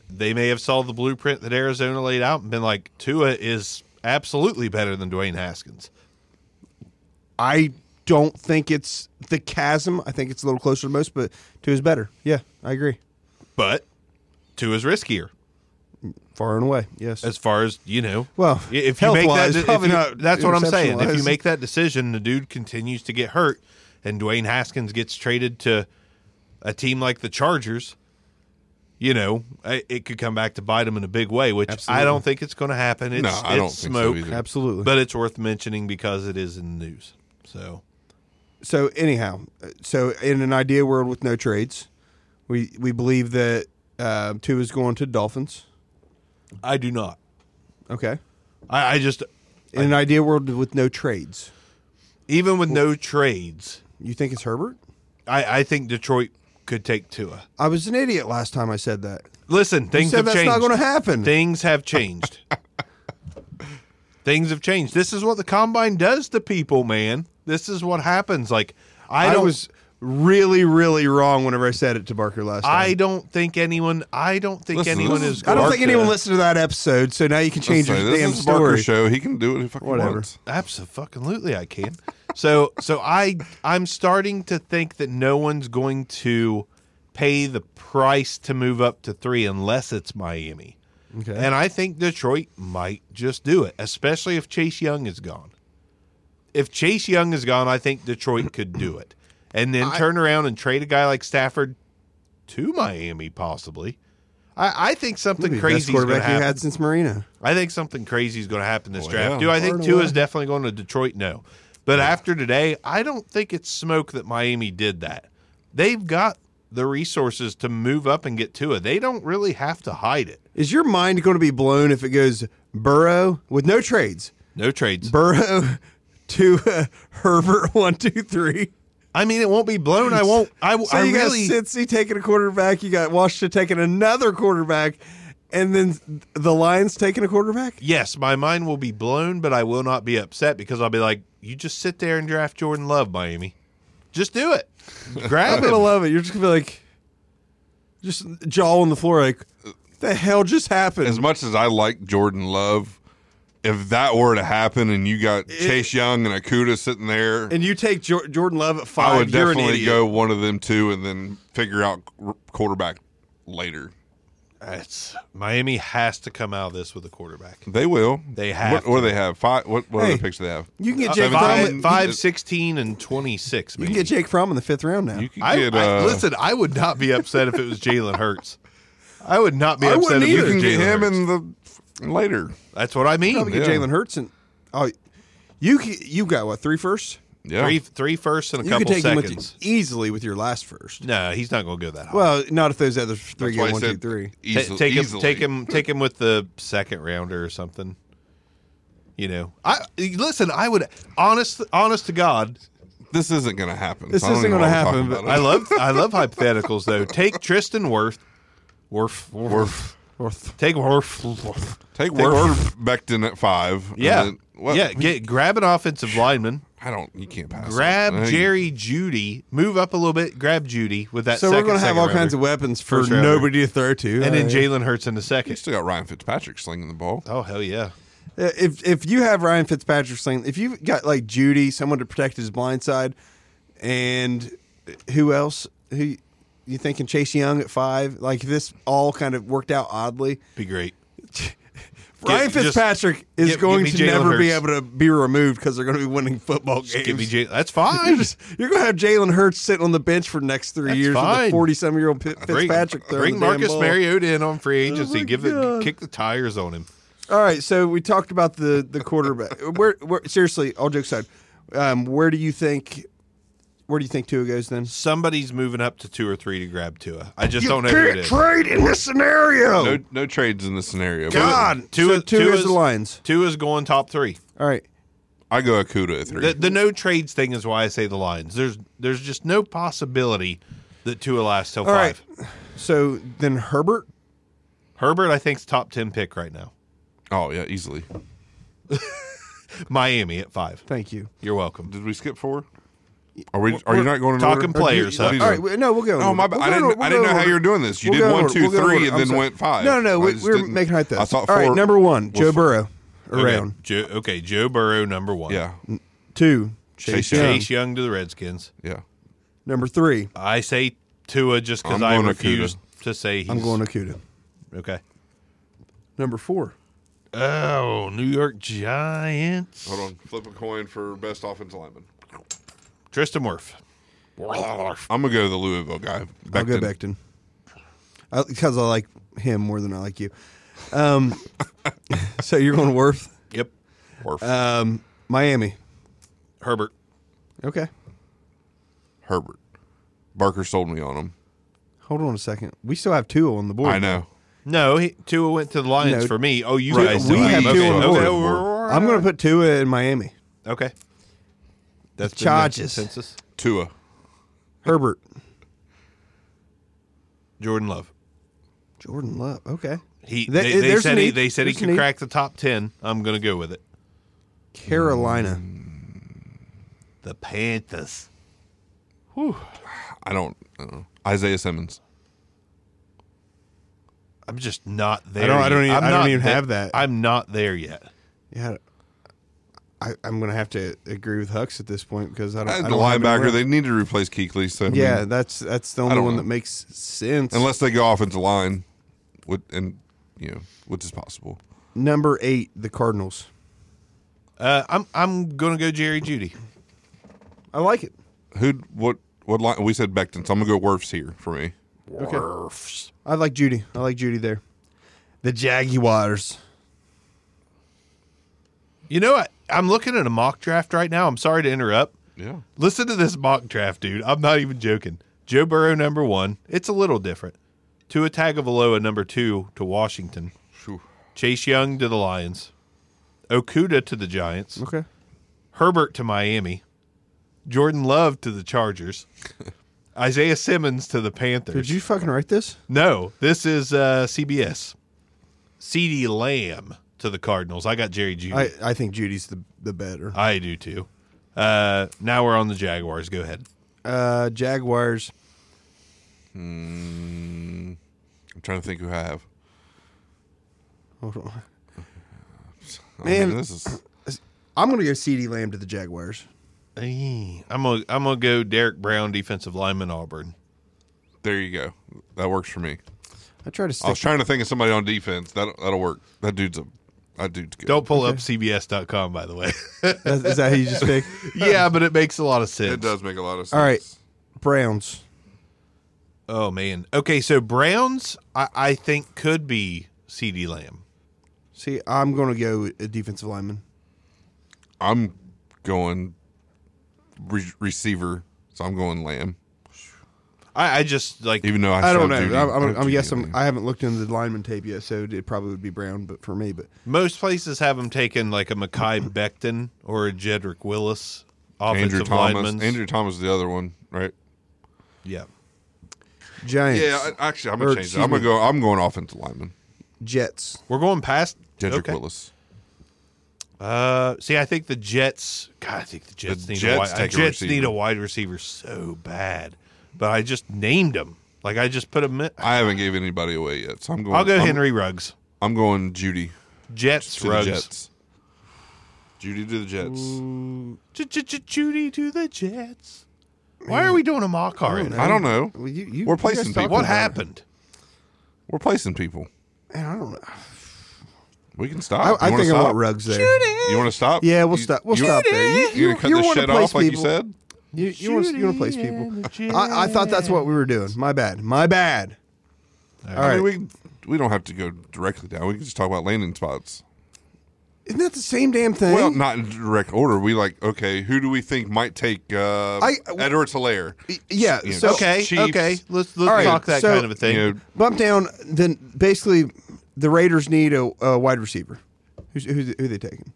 Speaker 1: they may have saw the blueprint that Arizona laid out and been like, Tua is absolutely better than Dwayne Haskins.
Speaker 3: I don't think it's the chasm. I think it's a little closer to most, but two is better. Yeah, I agree.
Speaker 1: But Tua is riskier
Speaker 3: Far and away, yes.
Speaker 1: as far as you know.
Speaker 3: Well,
Speaker 1: i- if you make
Speaker 3: health-wise,
Speaker 1: that, if
Speaker 3: probably
Speaker 1: you-
Speaker 3: not
Speaker 1: that's what I'm saying. If you
Speaker 3: interception-wise.
Speaker 1: make that decision, the dude continues to get hurt, and Dwayne Haskins gets traded to a team like the Chargers. You know, I- it could come back to bite him in a big way, which I don't think it's going to happen. It's,
Speaker 4: No, I don't
Speaker 1: it's
Speaker 4: think so
Speaker 1: smoke,
Speaker 4: either.
Speaker 3: Absolutely.
Speaker 1: but it's worth mentioning because it is in the news. So
Speaker 3: so anyhow, uh, so in an idea world with no trades, we we believe that uh, two is going to Dolphins.
Speaker 1: I do not.
Speaker 3: Okay.
Speaker 1: I, I just
Speaker 3: In an idea world with no trades,
Speaker 1: even with no trades,
Speaker 3: you think it's Herbert?
Speaker 1: I, I think Detroit could take Tua.
Speaker 3: I was an idiot last time I said that.
Speaker 1: Listen, things
Speaker 3: said
Speaker 1: have
Speaker 3: that's
Speaker 1: changed.
Speaker 3: not gonna happen.
Speaker 1: Things have changed. things have changed. This is what the combine does to people, man. This is what happens. Like I,
Speaker 3: I,
Speaker 1: don't.
Speaker 3: was really, really wrong whenever I said it to Barker last time.
Speaker 1: I don't think anyone. I don't think
Speaker 4: Listen,
Speaker 1: anyone
Speaker 4: this
Speaker 1: is.
Speaker 4: is-
Speaker 3: I don't
Speaker 1: going
Speaker 3: think
Speaker 1: to-
Speaker 3: anyone listened to that episode, so now you can
Speaker 4: Let's
Speaker 3: change
Speaker 4: say,
Speaker 3: your
Speaker 4: this
Speaker 3: damn
Speaker 4: is
Speaker 3: story.
Speaker 4: Barker's show. He can do it if I
Speaker 3: Whatever.
Speaker 4: wants.
Speaker 1: Absolutely, I can. So, so I I'm starting to think that no one's going to pay the price to move up to three unless it's Miami,
Speaker 3: Okay.
Speaker 1: and I think Detroit might just do it, especially if Chase Young is gone. If Chase Young is gone, I think Detroit could do it, and then turn around and trade a guy like Stafford to Miami, possibly. I, I think something
Speaker 3: Best
Speaker 1: crazy is going to
Speaker 3: quarterback you
Speaker 1: happen.
Speaker 3: had since Marino.
Speaker 1: I think something crazy is going to happen this
Speaker 4: Oh,
Speaker 1: draft.
Speaker 4: yeah.
Speaker 1: Do I
Speaker 3: Far
Speaker 1: think
Speaker 3: and
Speaker 1: Tua
Speaker 3: away.
Speaker 1: is definitely going to Detroit? No. But after today, I don't think it's smoke that Miami did that. They've got the resources to move up and get Tua. They don't really have to hide it.
Speaker 3: Is your mind going to be blown if it goes Burrow with no trades?
Speaker 1: No trades.
Speaker 3: Burrow to uh, Herbert one two three.
Speaker 1: I mean, it won't be blown. I won't. I,
Speaker 3: So
Speaker 1: I
Speaker 3: you
Speaker 1: really.
Speaker 3: got Cincy taking a quarterback. You got Washington taking another quarterback, and then the Lions taking a quarterback.
Speaker 1: Yes, my mind will be blown, but I will not be upset because I'll be like, you just sit there and draft Jordan Love, Miami. Just do it.
Speaker 3: I'm
Speaker 1: Grab
Speaker 3: gonna
Speaker 1: him.
Speaker 3: love it. You're just gonna be like, just jaw on the floor, like, the hell just happened?
Speaker 4: as much as I like Jordan Love, if that were to happen and you got Chase Young and Akuda sitting there,
Speaker 3: and you take Jor- Jordan Love at five.
Speaker 4: I would
Speaker 3: you're an
Speaker 4: definitely
Speaker 3: idiot.
Speaker 4: go one of them two and then figure out qu- quarterback later.
Speaker 1: It's, Miami has to come out of this with a quarterback.
Speaker 4: They will.
Speaker 1: They have
Speaker 4: What, what
Speaker 1: to. Uh,
Speaker 4: do they have? Five. What, what
Speaker 3: Hey,
Speaker 4: other picks do they have?
Speaker 3: You can get Jake
Speaker 4: Seventeen?
Speaker 3: Fromm.
Speaker 1: Five,
Speaker 3: at-
Speaker 1: five, 16, and 26.
Speaker 3: You can
Speaker 1: maybe.
Speaker 3: get Jake Fromm in the fifth round now.
Speaker 4: You could
Speaker 1: I,
Speaker 4: get.
Speaker 1: I-
Speaker 4: uh,
Speaker 1: listen, I would not be upset if it was Jalen Hurts. I would not be
Speaker 3: I
Speaker 1: upset
Speaker 3: wouldn't
Speaker 1: if
Speaker 4: you
Speaker 1: it
Speaker 3: either.
Speaker 4: can
Speaker 1: was
Speaker 4: get
Speaker 1: Jalen
Speaker 4: him
Speaker 1: Hurts.
Speaker 4: in the later.
Speaker 1: That's what I mean.
Speaker 3: Probably get
Speaker 4: Yeah.
Speaker 3: Jalen Hurts and oh, you c- you got what three firsts?
Speaker 4: Yeah.
Speaker 1: Three, three firsts and a
Speaker 3: You could
Speaker 1: couple
Speaker 3: take him
Speaker 1: seconds.
Speaker 3: with you easily with your last first.
Speaker 1: No, he's not going to go that high.
Speaker 3: Well, not if those other three
Speaker 4: That's why
Speaker 3: get
Speaker 4: I
Speaker 3: one, two,
Speaker 4: said
Speaker 3: three.
Speaker 1: Ta-
Speaker 4: easily-
Speaker 1: take him,
Speaker 4: easily.
Speaker 1: take him, take him with the second rounder or something. You know, I listen. I would honest, honest to God.
Speaker 4: This isn't going to happen.
Speaker 3: This
Speaker 4: so I don't
Speaker 3: isn't
Speaker 4: even
Speaker 3: gonna
Speaker 4: know why we're
Speaker 3: happen,
Speaker 4: talking
Speaker 3: but
Speaker 4: about
Speaker 1: I
Speaker 4: it.
Speaker 1: love, I love hypotheticals though. Take Tristan Worth, Worth, Worth.
Speaker 3: Worth.
Speaker 1: Take Worth. Worth.
Speaker 4: take Werf Becton at five. and
Speaker 1: Yeah,
Speaker 4: then- what-
Speaker 1: yeah. Get grab an offensive lineman.
Speaker 4: I don't. You can't pass.
Speaker 1: Grab
Speaker 4: up. I think-
Speaker 1: Jerry Judy. Move up a little bit. Grab Judy with that.
Speaker 3: So we
Speaker 1: we
Speaker 3: we're going to have all kinds of weapons for
Speaker 1: First rounder.
Speaker 3: nobody to throw to.
Speaker 1: And
Speaker 3: Uh,
Speaker 1: then Jalen Hurts in the
Speaker 4: You
Speaker 1: second.
Speaker 4: still got Ryan Fitzpatrick slinging the ball.
Speaker 1: Oh hell yeah.
Speaker 3: if if you have Ryan Fitzpatrick sling, if you've got like Judy, someone to protect his blind side, and who else? Who you thinking Chase Young at five? Like this all kind of worked out oddly.
Speaker 1: Be great.
Speaker 3: Ryan
Speaker 1: just-
Speaker 3: Fitzpatrick is
Speaker 1: give- give
Speaker 3: going
Speaker 1: me
Speaker 3: to
Speaker 1: Jalen
Speaker 3: never be
Speaker 1: Hurts.
Speaker 3: able to be removed because they're going to be winning football games.
Speaker 1: Give me Jalen. That's
Speaker 3: You're,
Speaker 1: fine.
Speaker 3: just, you're going to have Jalen Hurts sitting on the bench for the next three
Speaker 1: That's
Speaker 3: years with
Speaker 1: fine.
Speaker 3: a 40 some year old P-
Speaker 1: Bring-
Speaker 3: Fitzpatrick throwing
Speaker 1: Bring
Speaker 3: the damn
Speaker 1: Marcus
Speaker 3: ball. Oh
Speaker 1: Mariota in on free agency.
Speaker 3: my
Speaker 1: Give
Speaker 3: God.
Speaker 1: the kick the tires on him.
Speaker 3: All right, so we talked about the the quarterback. where, where seriously, all jokes aside, um, where do you think where do you think Tua goes then?
Speaker 1: Somebody's moving up to two or three to grab Tua. I just don't know who it is.
Speaker 3: trade in this scenario.
Speaker 4: No, no trades in this scenario. but
Speaker 3: God,
Speaker 1: Tua-
Speaker 3: so Tua is
Speaker 1: Tua's-
Speaker 3: the Lions.
Speaker 1: Tua's going top three.
Speaker 3: All right,
Speaker 4: I go Akuda at three.
Speaker 1: The, the no trades thing is why I say the Lions. There's there's just no possibility that Tua lasts till
Speaker 3: All right.
Speaker 1: five.
Speaker 3: so then Herbert.
Speaker 1: Herbert, I think's top ten pick right now.
Speaker 4: oh yeah, easily.
Speaker 1: Miami at five.
Speaker 3: Thank you.
Speaker 1: You're welcome.
Speaker 4: Did we skip four? Are we? Are you not going in
Speaker 1: Talking
Speaker 4: order?
Speaker 1: players,
Speaker 4: What
Speaker 1: huh?
Speaker 4: are you
Speaker 3: All
Speaker 4: doing?
Speaker 3: right, we- no, we'll go. in
Speaker 4: Oh my!
Speaker 3: order.
Speaker 4: bad.
Speaker 3: We'll
Speaker 4: I
Speaker 3: go in
Speaker 4: didn't.
Speaker 3: order.
Speaker 4: I
Speaker 3: We'll
Speaker 4: didn't
Speaker 3: go
Speaker 4: know
Speaker 3: in
Speaker 4: how
Speaker 3: order.
Speaker 4: you were doing this. You
Speaker 3: We'll
Speaker 4: did
Speaker 3: go in
Speaker 4: one,
Speaker 3: order.
Speaker 4: two,
Speaker 3: We'll go in
Speaker 4: three,
Speaker 3: order.
Speaker 4: and
Speaker 3: I'm
Speaker 4: then
Speaker 3: sorry.
Speaker 4: went five.
Speaker 3: No, no, no.
Speaker 4: I
Speaker 3: We,
Speaker 4: just
Speaker 3: we're
Speaker 4: didn't-
Speaker 3: making hypotheticals.
Speaker 4: I thought
Speaker 3: All
Speaker 4: four.
Speaker 3: right, number one, Joe
Speaker 4: was-
Speaker 3: Burrow
Speaker 1: Okay,
Speaker 3: around.
Speaker 1: Joe, okay, Joe Burrow number one.
Speaker 4: Yeah,
Speaker 3: Two, Chase,
Speaker 4: Chase
Speaker 3: Young.
Speaker 1: Chase Young to the Redskins.
Speaker 4: yeah.
Speaker 3: Number three,
Speaker 1: I say Tua just because
Speaker 4: I'm
Speaker 1: I
Speaker 4: going Okuda.
Speaker 1: refuse to say he's
Speaker 3: I'm going Okuda.
Speaker 1: okay.
Speaker 3: Number four.
Speaker 1: Oh, New York Giants.
Speaker 4: Hold on. Flip a coin for best offensive lineman.
Speaker 1: Tristan Wirf.
Speaker 4: I'm gonna go to the Louisville guy.
Speaker 3: I'll go
Speaker 4: Becton.
Speaker 3: Becton. Because I, like him more than I like you. Um, so you're going Worth,
Speaker 1: Yep.
Speaker 4: Or
Speaker 3: um, Miami.
Speaker 1: Herbert.
Speaker 3: Okay.
Speaker 4: Herbert. Barker sold me on him.
Speaker 3: Hold on a second. We still have Tua on the board.
Speaker 4: I know.
Speaker 1: No, he, Tua went to the Lions
Speaker 3: No.
Speaker 1: for me. Oh, you
Speaker 3: Right.
Speaker 1: guys
Speaker 3: We
Speaker 1: don't
Speaker 3: have
Speaker 1: okay,
Speaker 3: Tua on
Speaker 1: okay,
Speaker 3: the board.
Speaker 1: okay.
Speaker 3: I'm going to put Tua in Miami.
Speaker 1: Okay. That's been the
Speaker 3: Charges.
Speaker 1: consensus.
Speaker 4: Tua.
Speaker 3: Herbert.
Speaker 1: Jordan Love.
Speaker 3: Jordan Love. Okay.
Speaker 1: He
Speaker 3: Th-
Speaker 1: they, they
Speaker 3: there's
Speaker 1: said
Speaker 3: a
Speaker 1: he,
Speaker 3: need.
Speaker 1: they said he
Speaker 3: There's a
Speaker 1: could
Speaker 3: need.
Speaker 1: crack the top ten. I'm gonna go with it.
Speaker 3: Carolina.
Speaker 1: The Panthers.
Speaker 4: I don't, I don't know. Isaiah Simmons.
Speaker 1: I'm just not there.
Speaker 3: I don't- I
Speaker 1: yet.
Speaker 3: don't even-
Speaker 1: I'm
Speaker 3: I don't
Speaker 1: not
Speaker 3: even
Speaker 1: the-
Speaker 3: have that.
Speaker 1: I'm not there yet.
Speaker 3: Yeah. I, I'm going to have to agree with Hux at this point because I don't. I
Speaker 4: And Uh, the
Speaker 3: don't have anyone
Speaker 4: linebacker,
Speaker 3: else.
Speaker 4: they need to replace Keekly. So I mean,
Speaker 3: Yeah, that's that's the only
Speaker 4: don't
Speaker 3: one
Speaker 4: know.
Speaker 3: that makes sense.
Speaker 4: unless they go offensive line, with and you know, which is possible.
Speaker 3: Number eight, the Cardinals.
Speaker 1: Uh, I'm I'm gonna go Jerry Judy.
Speaker 3: I like it.
Speaker 4: Who? What? What line? We said Becton, so I'm gonna go Werfs here for me.
Speaker 3: Okay. I like Judy. I like Judy there. The Jaguars.
Speaker 1: You know, I, I'm looking at a mock draft right now. I'm sorry to interrupt.
Speaker 4: Yeah.
Speaker 1: Listen to this mock draft, dude. I'm not even joking. Joe Burrow number one. It's a little different. Tua Tagovailoa number two to Washington. Chase Young to the Lions. Okuda to the Giants.
Speaker 3: Okay.
Speaker 1: Herbert to Miami. Jordan Love to the Chargers. Isaiah Simmons to the Panthers.
Speaker 3: Did you fucking write this?
Speaker 1: No, this is uh, CBS. CD Lamb to the Cardinals. I got Jerry Judy.
Speaker 3: I,
Speaker 1: I,
Speaker 3: I think Judy's the, the better.
Speaker 1: do too. Uh, now we're on the Jaguars. Go ahead.
Speaker 3: Uh, Jaguars.
Speaker 4: I'm trying to think who I have.
Speaker 3: Hold on.
Speaker 4: I
Speaker 3: Man.
Speaker 4: mean, this is
Speaker 3: I'm going to go CD Lamb to the Jaguars.
Speaker 1: Eh, I'm gonna I'm gonna go Derek Brown, defensive lineman, Auburn.
Speaker 4: there. You go. That works for me.
Speaker 3: I try to
Speaker 4: I
Speaker 3: stick.
Speaker 4: was trying to think of somebody on defense. That that'll work. That dude's a that dude's good.
Speaker 1: Don't pull up CBS.com, by the way.
Speaker 3: Is is that how you just pick?
Speaker 1: yeah, but it makes a lot of sense.
Speaker 4: It does make a lot of sense.
Speaker 3: All right. Browns.
Speaker 1: Oh man. Okay, so Browns, I, I think could be CD Lamb.
Speaker 3: See, I'm going to go a defensive lineman.
Speaker 4: I'm going re- receiver, so I'm going Lamb.
Speaker 1: I, I just like
Speaker 4: Even though I,
Speaker 3: I, don't know.
Speaker 4: showed Judy-
Speaker 3: I'm, I'm, I'm,
Speaker 4: Judy
Speaker 3: guess I'm,
Speaker 4: Lamb.
Speaker 3: I haven't looked into the lineman tape yet, so it probably would be Brown, but for me, but
Speaker 1: most places have him taken like a Makai Becton or a Jedrick Willis offensive
Speaker 4: Andrew Thomas.
Speaker 1: linemen.
Speaker 4: Andrew Thomas is the other one, right?
Speaker 1: Yeah.
Speaker 3: Giants.
Speaker 4: Yeah, I, actually, I'm
Speaker 3: Or,
Speaker 4: gonna change. It. I'm
Speaker 3: excuse
Speaker 4: gonna go. I'm going offensive lineman.
Speaker 3: Jets.
Speaker 1: We're going past
Speaker 4: Jedrick
Speaker 1: okay.
Speaker 4: Willis.
Speaker 1: Uh, see, I think the Jets. God, I think the Jets need
Speaker 4: Jets
Speaker 1: a wide.
Speaker 4: take a
Speaker 1: Jets
Speaker 4: receiver.
Speaker 1: need a wide receiver so bad, but I just named him. Like I just put him. In.
Speaker 4: I haven't gave anybody away yet, so I'm going.
Speaker 1: I'll go
Speaker 4: I'm-
Speaker 1: Henry Ruggs.
Speaker 4: I'm going Judy
Speaker 1: Jets
Speaker 4: to
Speaker 1: Ruggs.
Speaker 4: the Jets. Judy to the Jets.
Speaker 1: Judy to the Jets. Why are we doing a mock already?
Speaker 4: I don't know.
Speaker 3: Well, you- you-
Speaker 4: We're
Speaker 3: you guys
Speaker 4: placing
Speaker 3: talked
Speaker 4: people.
Speaker 1: What happened?
Speaker 4: We're placing people.
Speaker 3: Man, I don't know.
Speaker 4: We can
Speaker 3: I,
Speaker 4: stop.
Speaker 3: I
Speaker 4: You wanna
Speaker 3: think I
Speaker 4: stop?
Speaker 3: want Rugs there.
Speaker 4: You want to stop?
Speaker 3: Yeah, we'll
Speaker 4: You-
Speaker 3: stop. We'll
Speaker 4: you-
Speaker 3: stop there. You,
Speaker 4: You're gonna cut this
Speaker 3: wanna
Speaker 4: shit
Speaker 3: place
Speaker 4: off, like you
Speaker 3: people.
Speaker 4: said.
Speaker 3: You, you, want, you want to place people. I, I thought that's what we were doing. My bad. My bad. All
Speaker 4: I
Speaker 3: right.
Speaker 4: mean, we can- we don't have to go directly down. We can just talk about landing spots.
Speaker 3: Isn't that the same damn thing?
Speaker 4: Well, not in direct order. We like okay. Who do we think might take uh,
Speaker 3: I- e
Speaker 4: Edwards Hilaire?
Speaker 3: yeah.
Speaker 4: You know,
Speaker 3: So,
Speaker 4: okay, Chiefs. okay.
Speaker 1: Let's let's
Speaker 3: All right,
Speaker 1: talk that
Speaker 3: so-
Speaker 1: kind of a thing.
Speaker 4: You know,
Speaker 3: Bump down. Then basically, the Raiders need a, a wide receiver. Who's, who's, who they taking?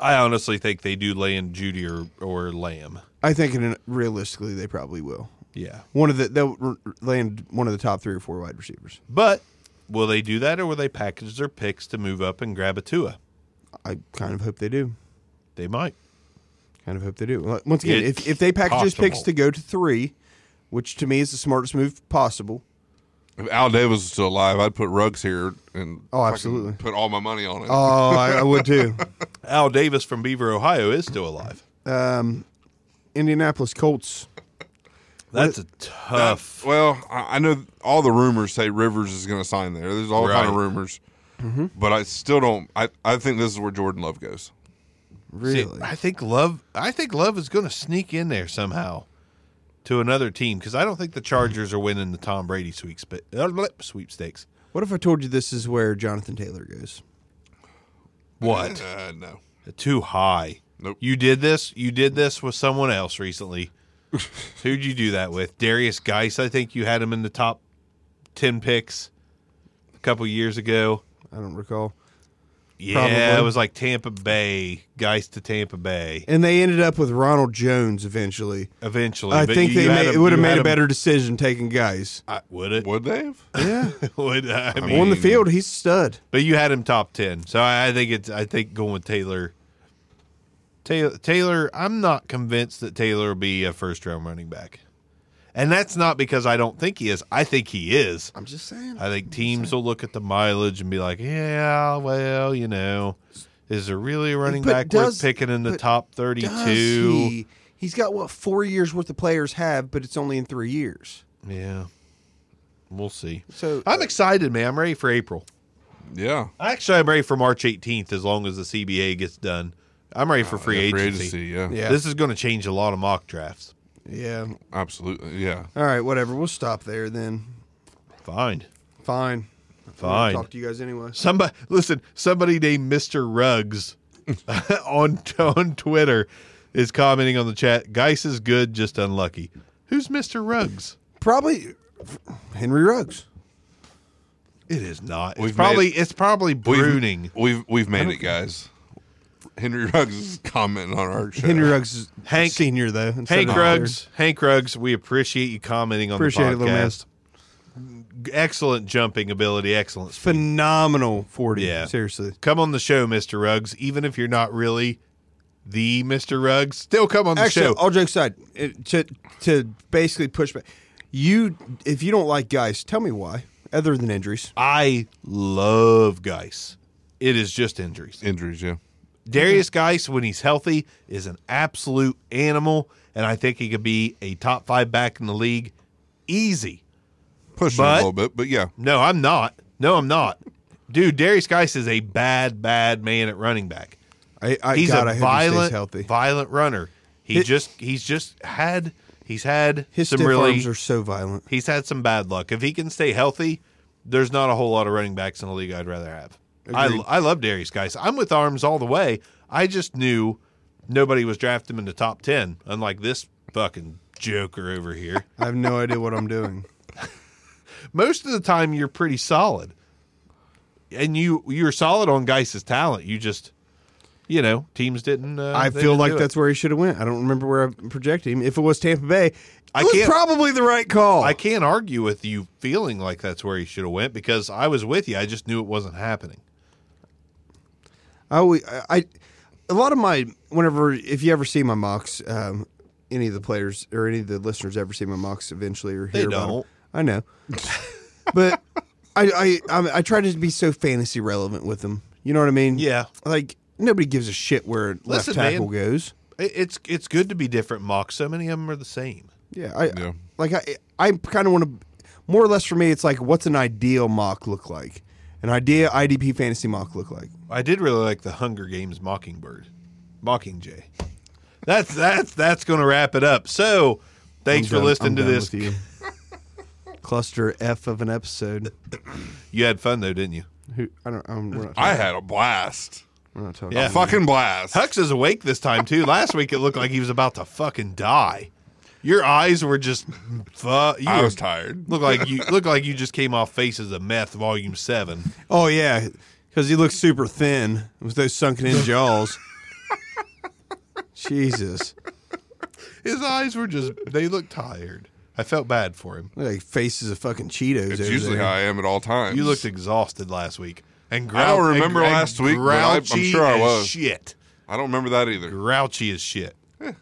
Speaker 1: I honestly think they do lay in Judy or, or Lamb.
Speaker 3: I think in, realistically they probably will.
Speaker 1: Yeah.
Speaker 3: One of the they'll r- land one of the top three or four wide receivers.
Speaker 1: But will they do that or will they package their picks to move up and grab a Tua?
Speaker 3: I kind of hope they do.
Speaker 1: They might.
Speaker 3: Kind of hope they do. Well, Once again,
Speaker 1: It's
Speaker 3: if, if they package his picks
Speaker 1: possible.
Speaker 3: to go to three, which to me is the smartest move possible,
Speaker 4: if Al Davis was still alive, I'd put Ruggs here and
Speaker 3: Oh,
Speaker 4: fucking
Speaker 3: absolutely.
Speaker 4: put all my money on it.
Speaker 3: Oh, I, I would too.
Speaker 1: Al Davis from Beaver, Ohio is still alive.
Speaker 3: Indianapolis Colts.
Speaker 1: That's a tough.
Speaker 4: Well, I, I know all the rumors say Rivers is going to sign there. There's all kind of
Speaker 1: Right.
Speaker 4: rumors,
Speaker 3: Mm-hmm.
Speaker 4: but I still don't. I, I think this is where Jordan Love goes.
Speaker 1: See,
Speaker 3: Really?
Speaker 1: I think love I think love is going to sneak in there somehow to another team cuz I don't think the Chargers are winning the Tom Brady sweepspa- uh, blip, sweepstakes.
Speaker 3: What if I told you this is where Jonathan Taylor goes?
Speaker 1: What?
Speaker 4: Uh, no,
Speaker 1: Too high.
Speaker 4: Nope.
Speaker 1: You did this. You did this with someone else recently. Who'd you do that with? Darius Geis. I think you had him in the top ten picks a couple years ago.
Speaker 3: I don't recall.
Speaker 1: Yeah,
Speaker 3: Probably.
Speaker 1: it was like Tampa Bay. Geis to Tampa Bay.
Speaker 3: And they ended up with Ronald Jones eventually.
Speaker 1: Eventually,
Speaker 3: I
Speaker 1: but
Speaker 3: think
Speaker 1: you
Speaker 3: they
Speaker 1: had
Speaker 3: made,
Speaker 1: him-
Speaker 3: it would have
Speaker 1: you had
Speaker 3: made a
Speaker 1: him-
Speaker 3: better decision taking guys.
Speaker 1: I- Would it?
Speaker 4: would they? Have?
Speaker 3: Yeah.
Speaker 1: Would I mean?
Speaker 3: On the field, he's a stud.
Speaker 1: But you had him top ten, so I I think it's. I think going with Taylor. Taylor, Taylor, I'm not convinced that Taylor will be a first round running back, and that's not because I don't think he is. I think he is.
Speaker 3: I'm just saying.
Speaker 1: I think teams will look at the mileage and be like, "Yeah, well, you know, is there really a running
Speaker 3: But
Speaker 1: back
Speaker 3: does-
Speaker 1: worth picking in the
Speaker 3: but
Speaker 1: top
Speaker 3: Does
Speaker 1: 32?"
Speaker 3: he? He's got what four years worth of players have, but it's only in three years.
Speaker 1: Yeah, we'll see.
Speaker 3: So- uh,
Speaker 1: I'm excited, man. I'm ready for April.
Speaker 4: Yeah,
Speaker 1: Actually, I'm ready for March 18th as long as the CBA gets done. I'm ready for free,
Speaker 4: Oh, Yeah,
Speaker 1: agency.
Speaker 4: Yeah,
Speaker 3: Yeah.
Speaker 1: This is going to change a lot of mock drafts.
Speaker 3: Yeah.
Speaker 4: absolutely. Yeah,
Speaker 3: All right. Whatever. We'll stop there then.
Speaker 1: Fine.
Speaker 3: Fine. We'll
Speaker 1: Fine.
Speaker 3: Talk to you guys anyway.
Speaker 1: Somebody listen, somebody named Mr. Ruggs on on Twitter is commenting on the chat, Geis is good, just unlucky. Who's Mr. Ruggs?
Speaker 3: Probably Henry Ruggs.
Speaker 1: It is not. It's
Speaker 4: We've
Speaker 1: probably
Speaker 4: made-
Speaker 1: it's probably
Speaker 4: We've-
Speaker 1: brooding.
Speaker 4: We've we've made it, guys. Henry Ruggs is commenting on our show.
Speaker 3: Henry Ruggs is
Speaker 1: Hank-
Speaker 3: senior though. instead
Speaker 1: Hank
Speaker 3: of
Speaker 1: Ruggs, Hank Ruggs, we appreciate you commenting on
Speaker 3: Appreciate
Speaker 1: the
Speaker 3: it, little man.
Speaker 1: podcast. Excellent jumping ability, excellent.
Speaker 3: junior.
Speaker 1: Speed.
Speaker 3: phenomenal forty.
Speaker 1: Yeah.
Speaker 3: seriously.
Speaker 1: Come on the show, Mr. Ruggs, even if you're not really the Mr. Ruggs, still come on the
Speaker 3: Actually, oh.
Speaker 1: show.
Speaker 3: all jokes aside, it, to to basically push back, you if you don't like guys, tell me why. Other than injuries,
Speaker 1: I love Geis. It is just injuries.
Speaker 4: Injuries, yeah.
Speaker 1: Darius Geis, when he's healthy, is an absolute animal, and I think he could be a top five back in the league. Easy.
Speaker 4: Pushing
Speaker 1: But-
Speaker 4: a little bit, but yeah.
Speaker 1: No, I'm not. No, I'm not. Dude, Darius Geis is a bad, bad man at running back.
Speaker 3: I, I
Speaker 1: He's
Speaker 3: God, I
Speaker 1: a
Speaker 3: hope he stays
Speaker 1: violent,
Speaker 3: healthy.
Speaker 1: violent runner. He just he's just had he's had
Speaker 3: His
Speaker 1: some
Speaker 3: stiff
Speaker 1: really
Speaker 3: arms are so violent.
Speaker 1: he's had some bad luck. If he can stay healthy, there's not a whole lot of running backs in the league I'd rather have. I, I love Darius Geis. I'm with arms all the way. I just knew nobody was drafting him in the top ten, unlike this fucking joker over here.
Speaker 3: I have no idea what I'm doing.
Speaker 1: Most of the time, you're pretty solid, and you you're solid on Geis's talent. You just you know teams didn't. Uh,
Speaker 3: I
Speaker 1: they
Speaker 3: feel
Speaker 1: didn't
Speaker 3: like
Speaker 1: do it.
Speaker 3: that's where he should have went. I don't remember where I projected him. If it was Tampa Bay,
Speaker 1: I
Speaker 3: it was
Speaker 1: can't-
Speaker 3: probably the right call.
Speaker 1: I can't argue with you feeling like that's where he should have went because I was with you. I just knew it wasn't happening.
Speaker 3: I, always, I, I a lot of my whenever if you ever see my mocks, um, any of the players or any of the listeners ever see my mocks eventually or hear about 'em.
Speaker 1: don't.
Speaker 3: I know, but I I I'm, I try to be so fantasy relevant with them. You know what I mean?
Speaker 1: Yeah.
Speaker 3: Like nobody gives a shit where
Speaker 1: Listen,
Speaker 3: left tackle
Speaker 1: man.
Speaker 3: goes.
Speaker 1: It- It's it's good to be different mocks. So many of them are the same.
Speaker 3: Yeah. I
Speaker 4: Yeah.
Speaker 3: like I I kind of want to more or less for me. It's like what's an ideal mock look like? An idea IDP fantasy mock look like?
Speaker 1: I did really like the Hunger Games Mockingbird, Mockingjay. That's that's that's going to wrap it up. So, thanks
Speaker 3: I'm
Speaker 1: for
Speaker 3: done-
Speaker 1: listening
Speaker 3: I'm
Speaker 1: to
Speaker 3: done
Speaker 1: this.
Speaker 3: with
Speaker 1: You.
Speaker 3: you. Cluster F of an episode.
Speaker 1: had fun though, didn't you?
Speaker 3: Who I don't. I'm, we're, not talking,
Speaker 4: I had a blast.
Speaker 3: we're not talking.
Speaker 1: Yeah.
Speaker 4: A fucking blast.
Speaker 1: Hux is awake this time too. Last week it looked like he was about to fucking die. Your eyes were just fu- you
Speaker 4: I
Speaker 1: were-
Speaker 4: was tired.
Speaker 1: Look like you look like you just came off Faces of Meth Volume Seven.
Speaker 3: Oh yeah, because he looks super thin with those sunken in jaws. Jesus,
Speaker 1: His eyes were just—they looked tired. I felt bad for him.
Speaker 3: Look like faces of fucking Cheetos.
Speaker 4: It's
Speaker 3: over
Speaker 4: usually
Speaker 3: there.
Speaker 4: how I am at all times.
Speaker 1: You looked exhausted last week, and
Speaker 4: I don't
Speaker 1: grou-
Speaker 4: remember
Speaker 1: and- and
Speaker 4: last week, but I- I'm
Speaker 1: grouchy
Speaker 4: sure I
Speaker 1: as
Speaker 4: was.
Speaker 1: shit.
Speaker 4: I don't remember that either.
Speaker 1: Grouchy as shit.
Speaker 4: Eh.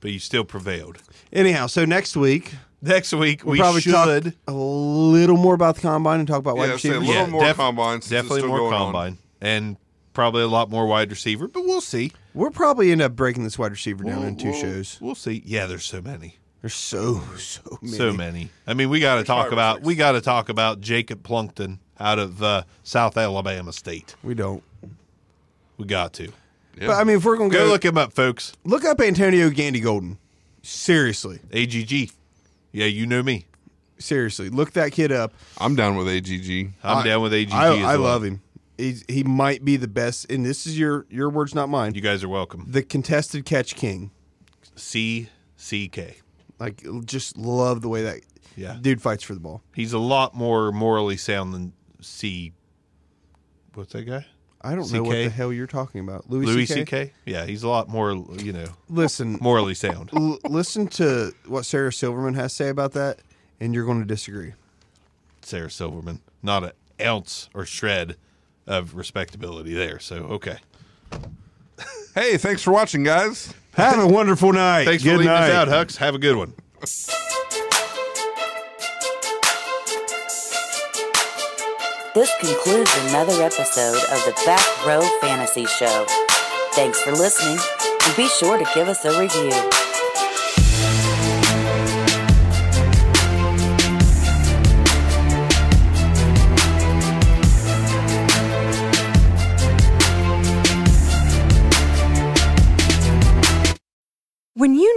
Speaker 1: But you still prevailed.
Speaker 3: Anyhow, so next week
Speaker 1: Next week
Speaker 3: we'll
Speaker 1: we
Speaker 3: probably
Speaker 1: should
Speaker 3: talk a little more about the combine and talk about wide
Speaker 4: Yeah, say a
Speaker 3: receivers.
Speaker 4: little more combine since it's
Speaker 1: definitely
Speaker 4: still
Speaker 1: more
Speaker 4: going on.
Speaker 1: combine, and probably a lot more wide receiver. But we'll see.
Speaker 3: We'll probably end up breaking this wide receiver down
Speaker 1: We'll-
Speaker 3: in 2
Speaker 1: we'll-
Speaker 3: shows.
Speaker 1: We'll see. Yeah, there's so many.
Speaker 3: There's so so many.
Speaker 1: So many. I mean, we got to talk
Speaker 4: five or
Speaker 1: about
Speaker 4: six.
Speaker 1: we got to talk about Jacob Plunkton out of uh, South Alabama State.
Speaker 3: We don't.
Speaker 1: We got to
Speaker 4: Yeah.
Speaker 3: But I mean, if we're gonna
Speaker 1: go
Speaker 3: go,
Speaker 1: look him up, folks.
Speaker 3: look up Antonio Gandy Golden. Seriously,
Speaker 1: AGG. Yeah, you know me.
Speaker 3: seriously, look that kid up.
Speaker 4: I'm down with AGG.
Speaker 1: I'm
Speaker 3: I-
Speaker 1: down with AGG.
Speaker 3: I,
Speaker 1: as
Speaker 3: I
Speaker 1: well.
Speaker 3: love him. He's, he might be the best, and this is your your words, not mine.
Speaker 1: You guys are welcome.
Speaker 3: the contested catch king.
Speaker 1: C C K.
Speaker 3: Like, just love the way that
Speaker 1: Yeah.
Speaker 3: dude fights for the ball.
Speaker 1: He's a lot more morally sound than C. What's that guy?
Speaker 3: I don't know what
Speaker 1: CK?
Speaker 3: the hell you're talking about, Louis,
Speaker 1: Louis
Speaker 3: CK?
Speaker 1: C K. Yeah, he's a lot more you know
Speaker 3: Listen,
Speaker 1: morally sound.
Speaker 3: l- listen to what Sarah Silverman has to say about that, and you're going to disagree.
Speaker 1: Sarah Silverman. Not an ounce or shred of respectability there. So okay.
Speaker 4: Hey, thanks for watching, guys.
Speaker 3: Have a wonderful night.
Speaker 1: Thanks for leaving us out, Hux. Have a good one.
Speaker 2: This concludes another episode of the Back Row Fantasy Show. Thanks for listening, and be sure to give us a review.
Speaker 6: When you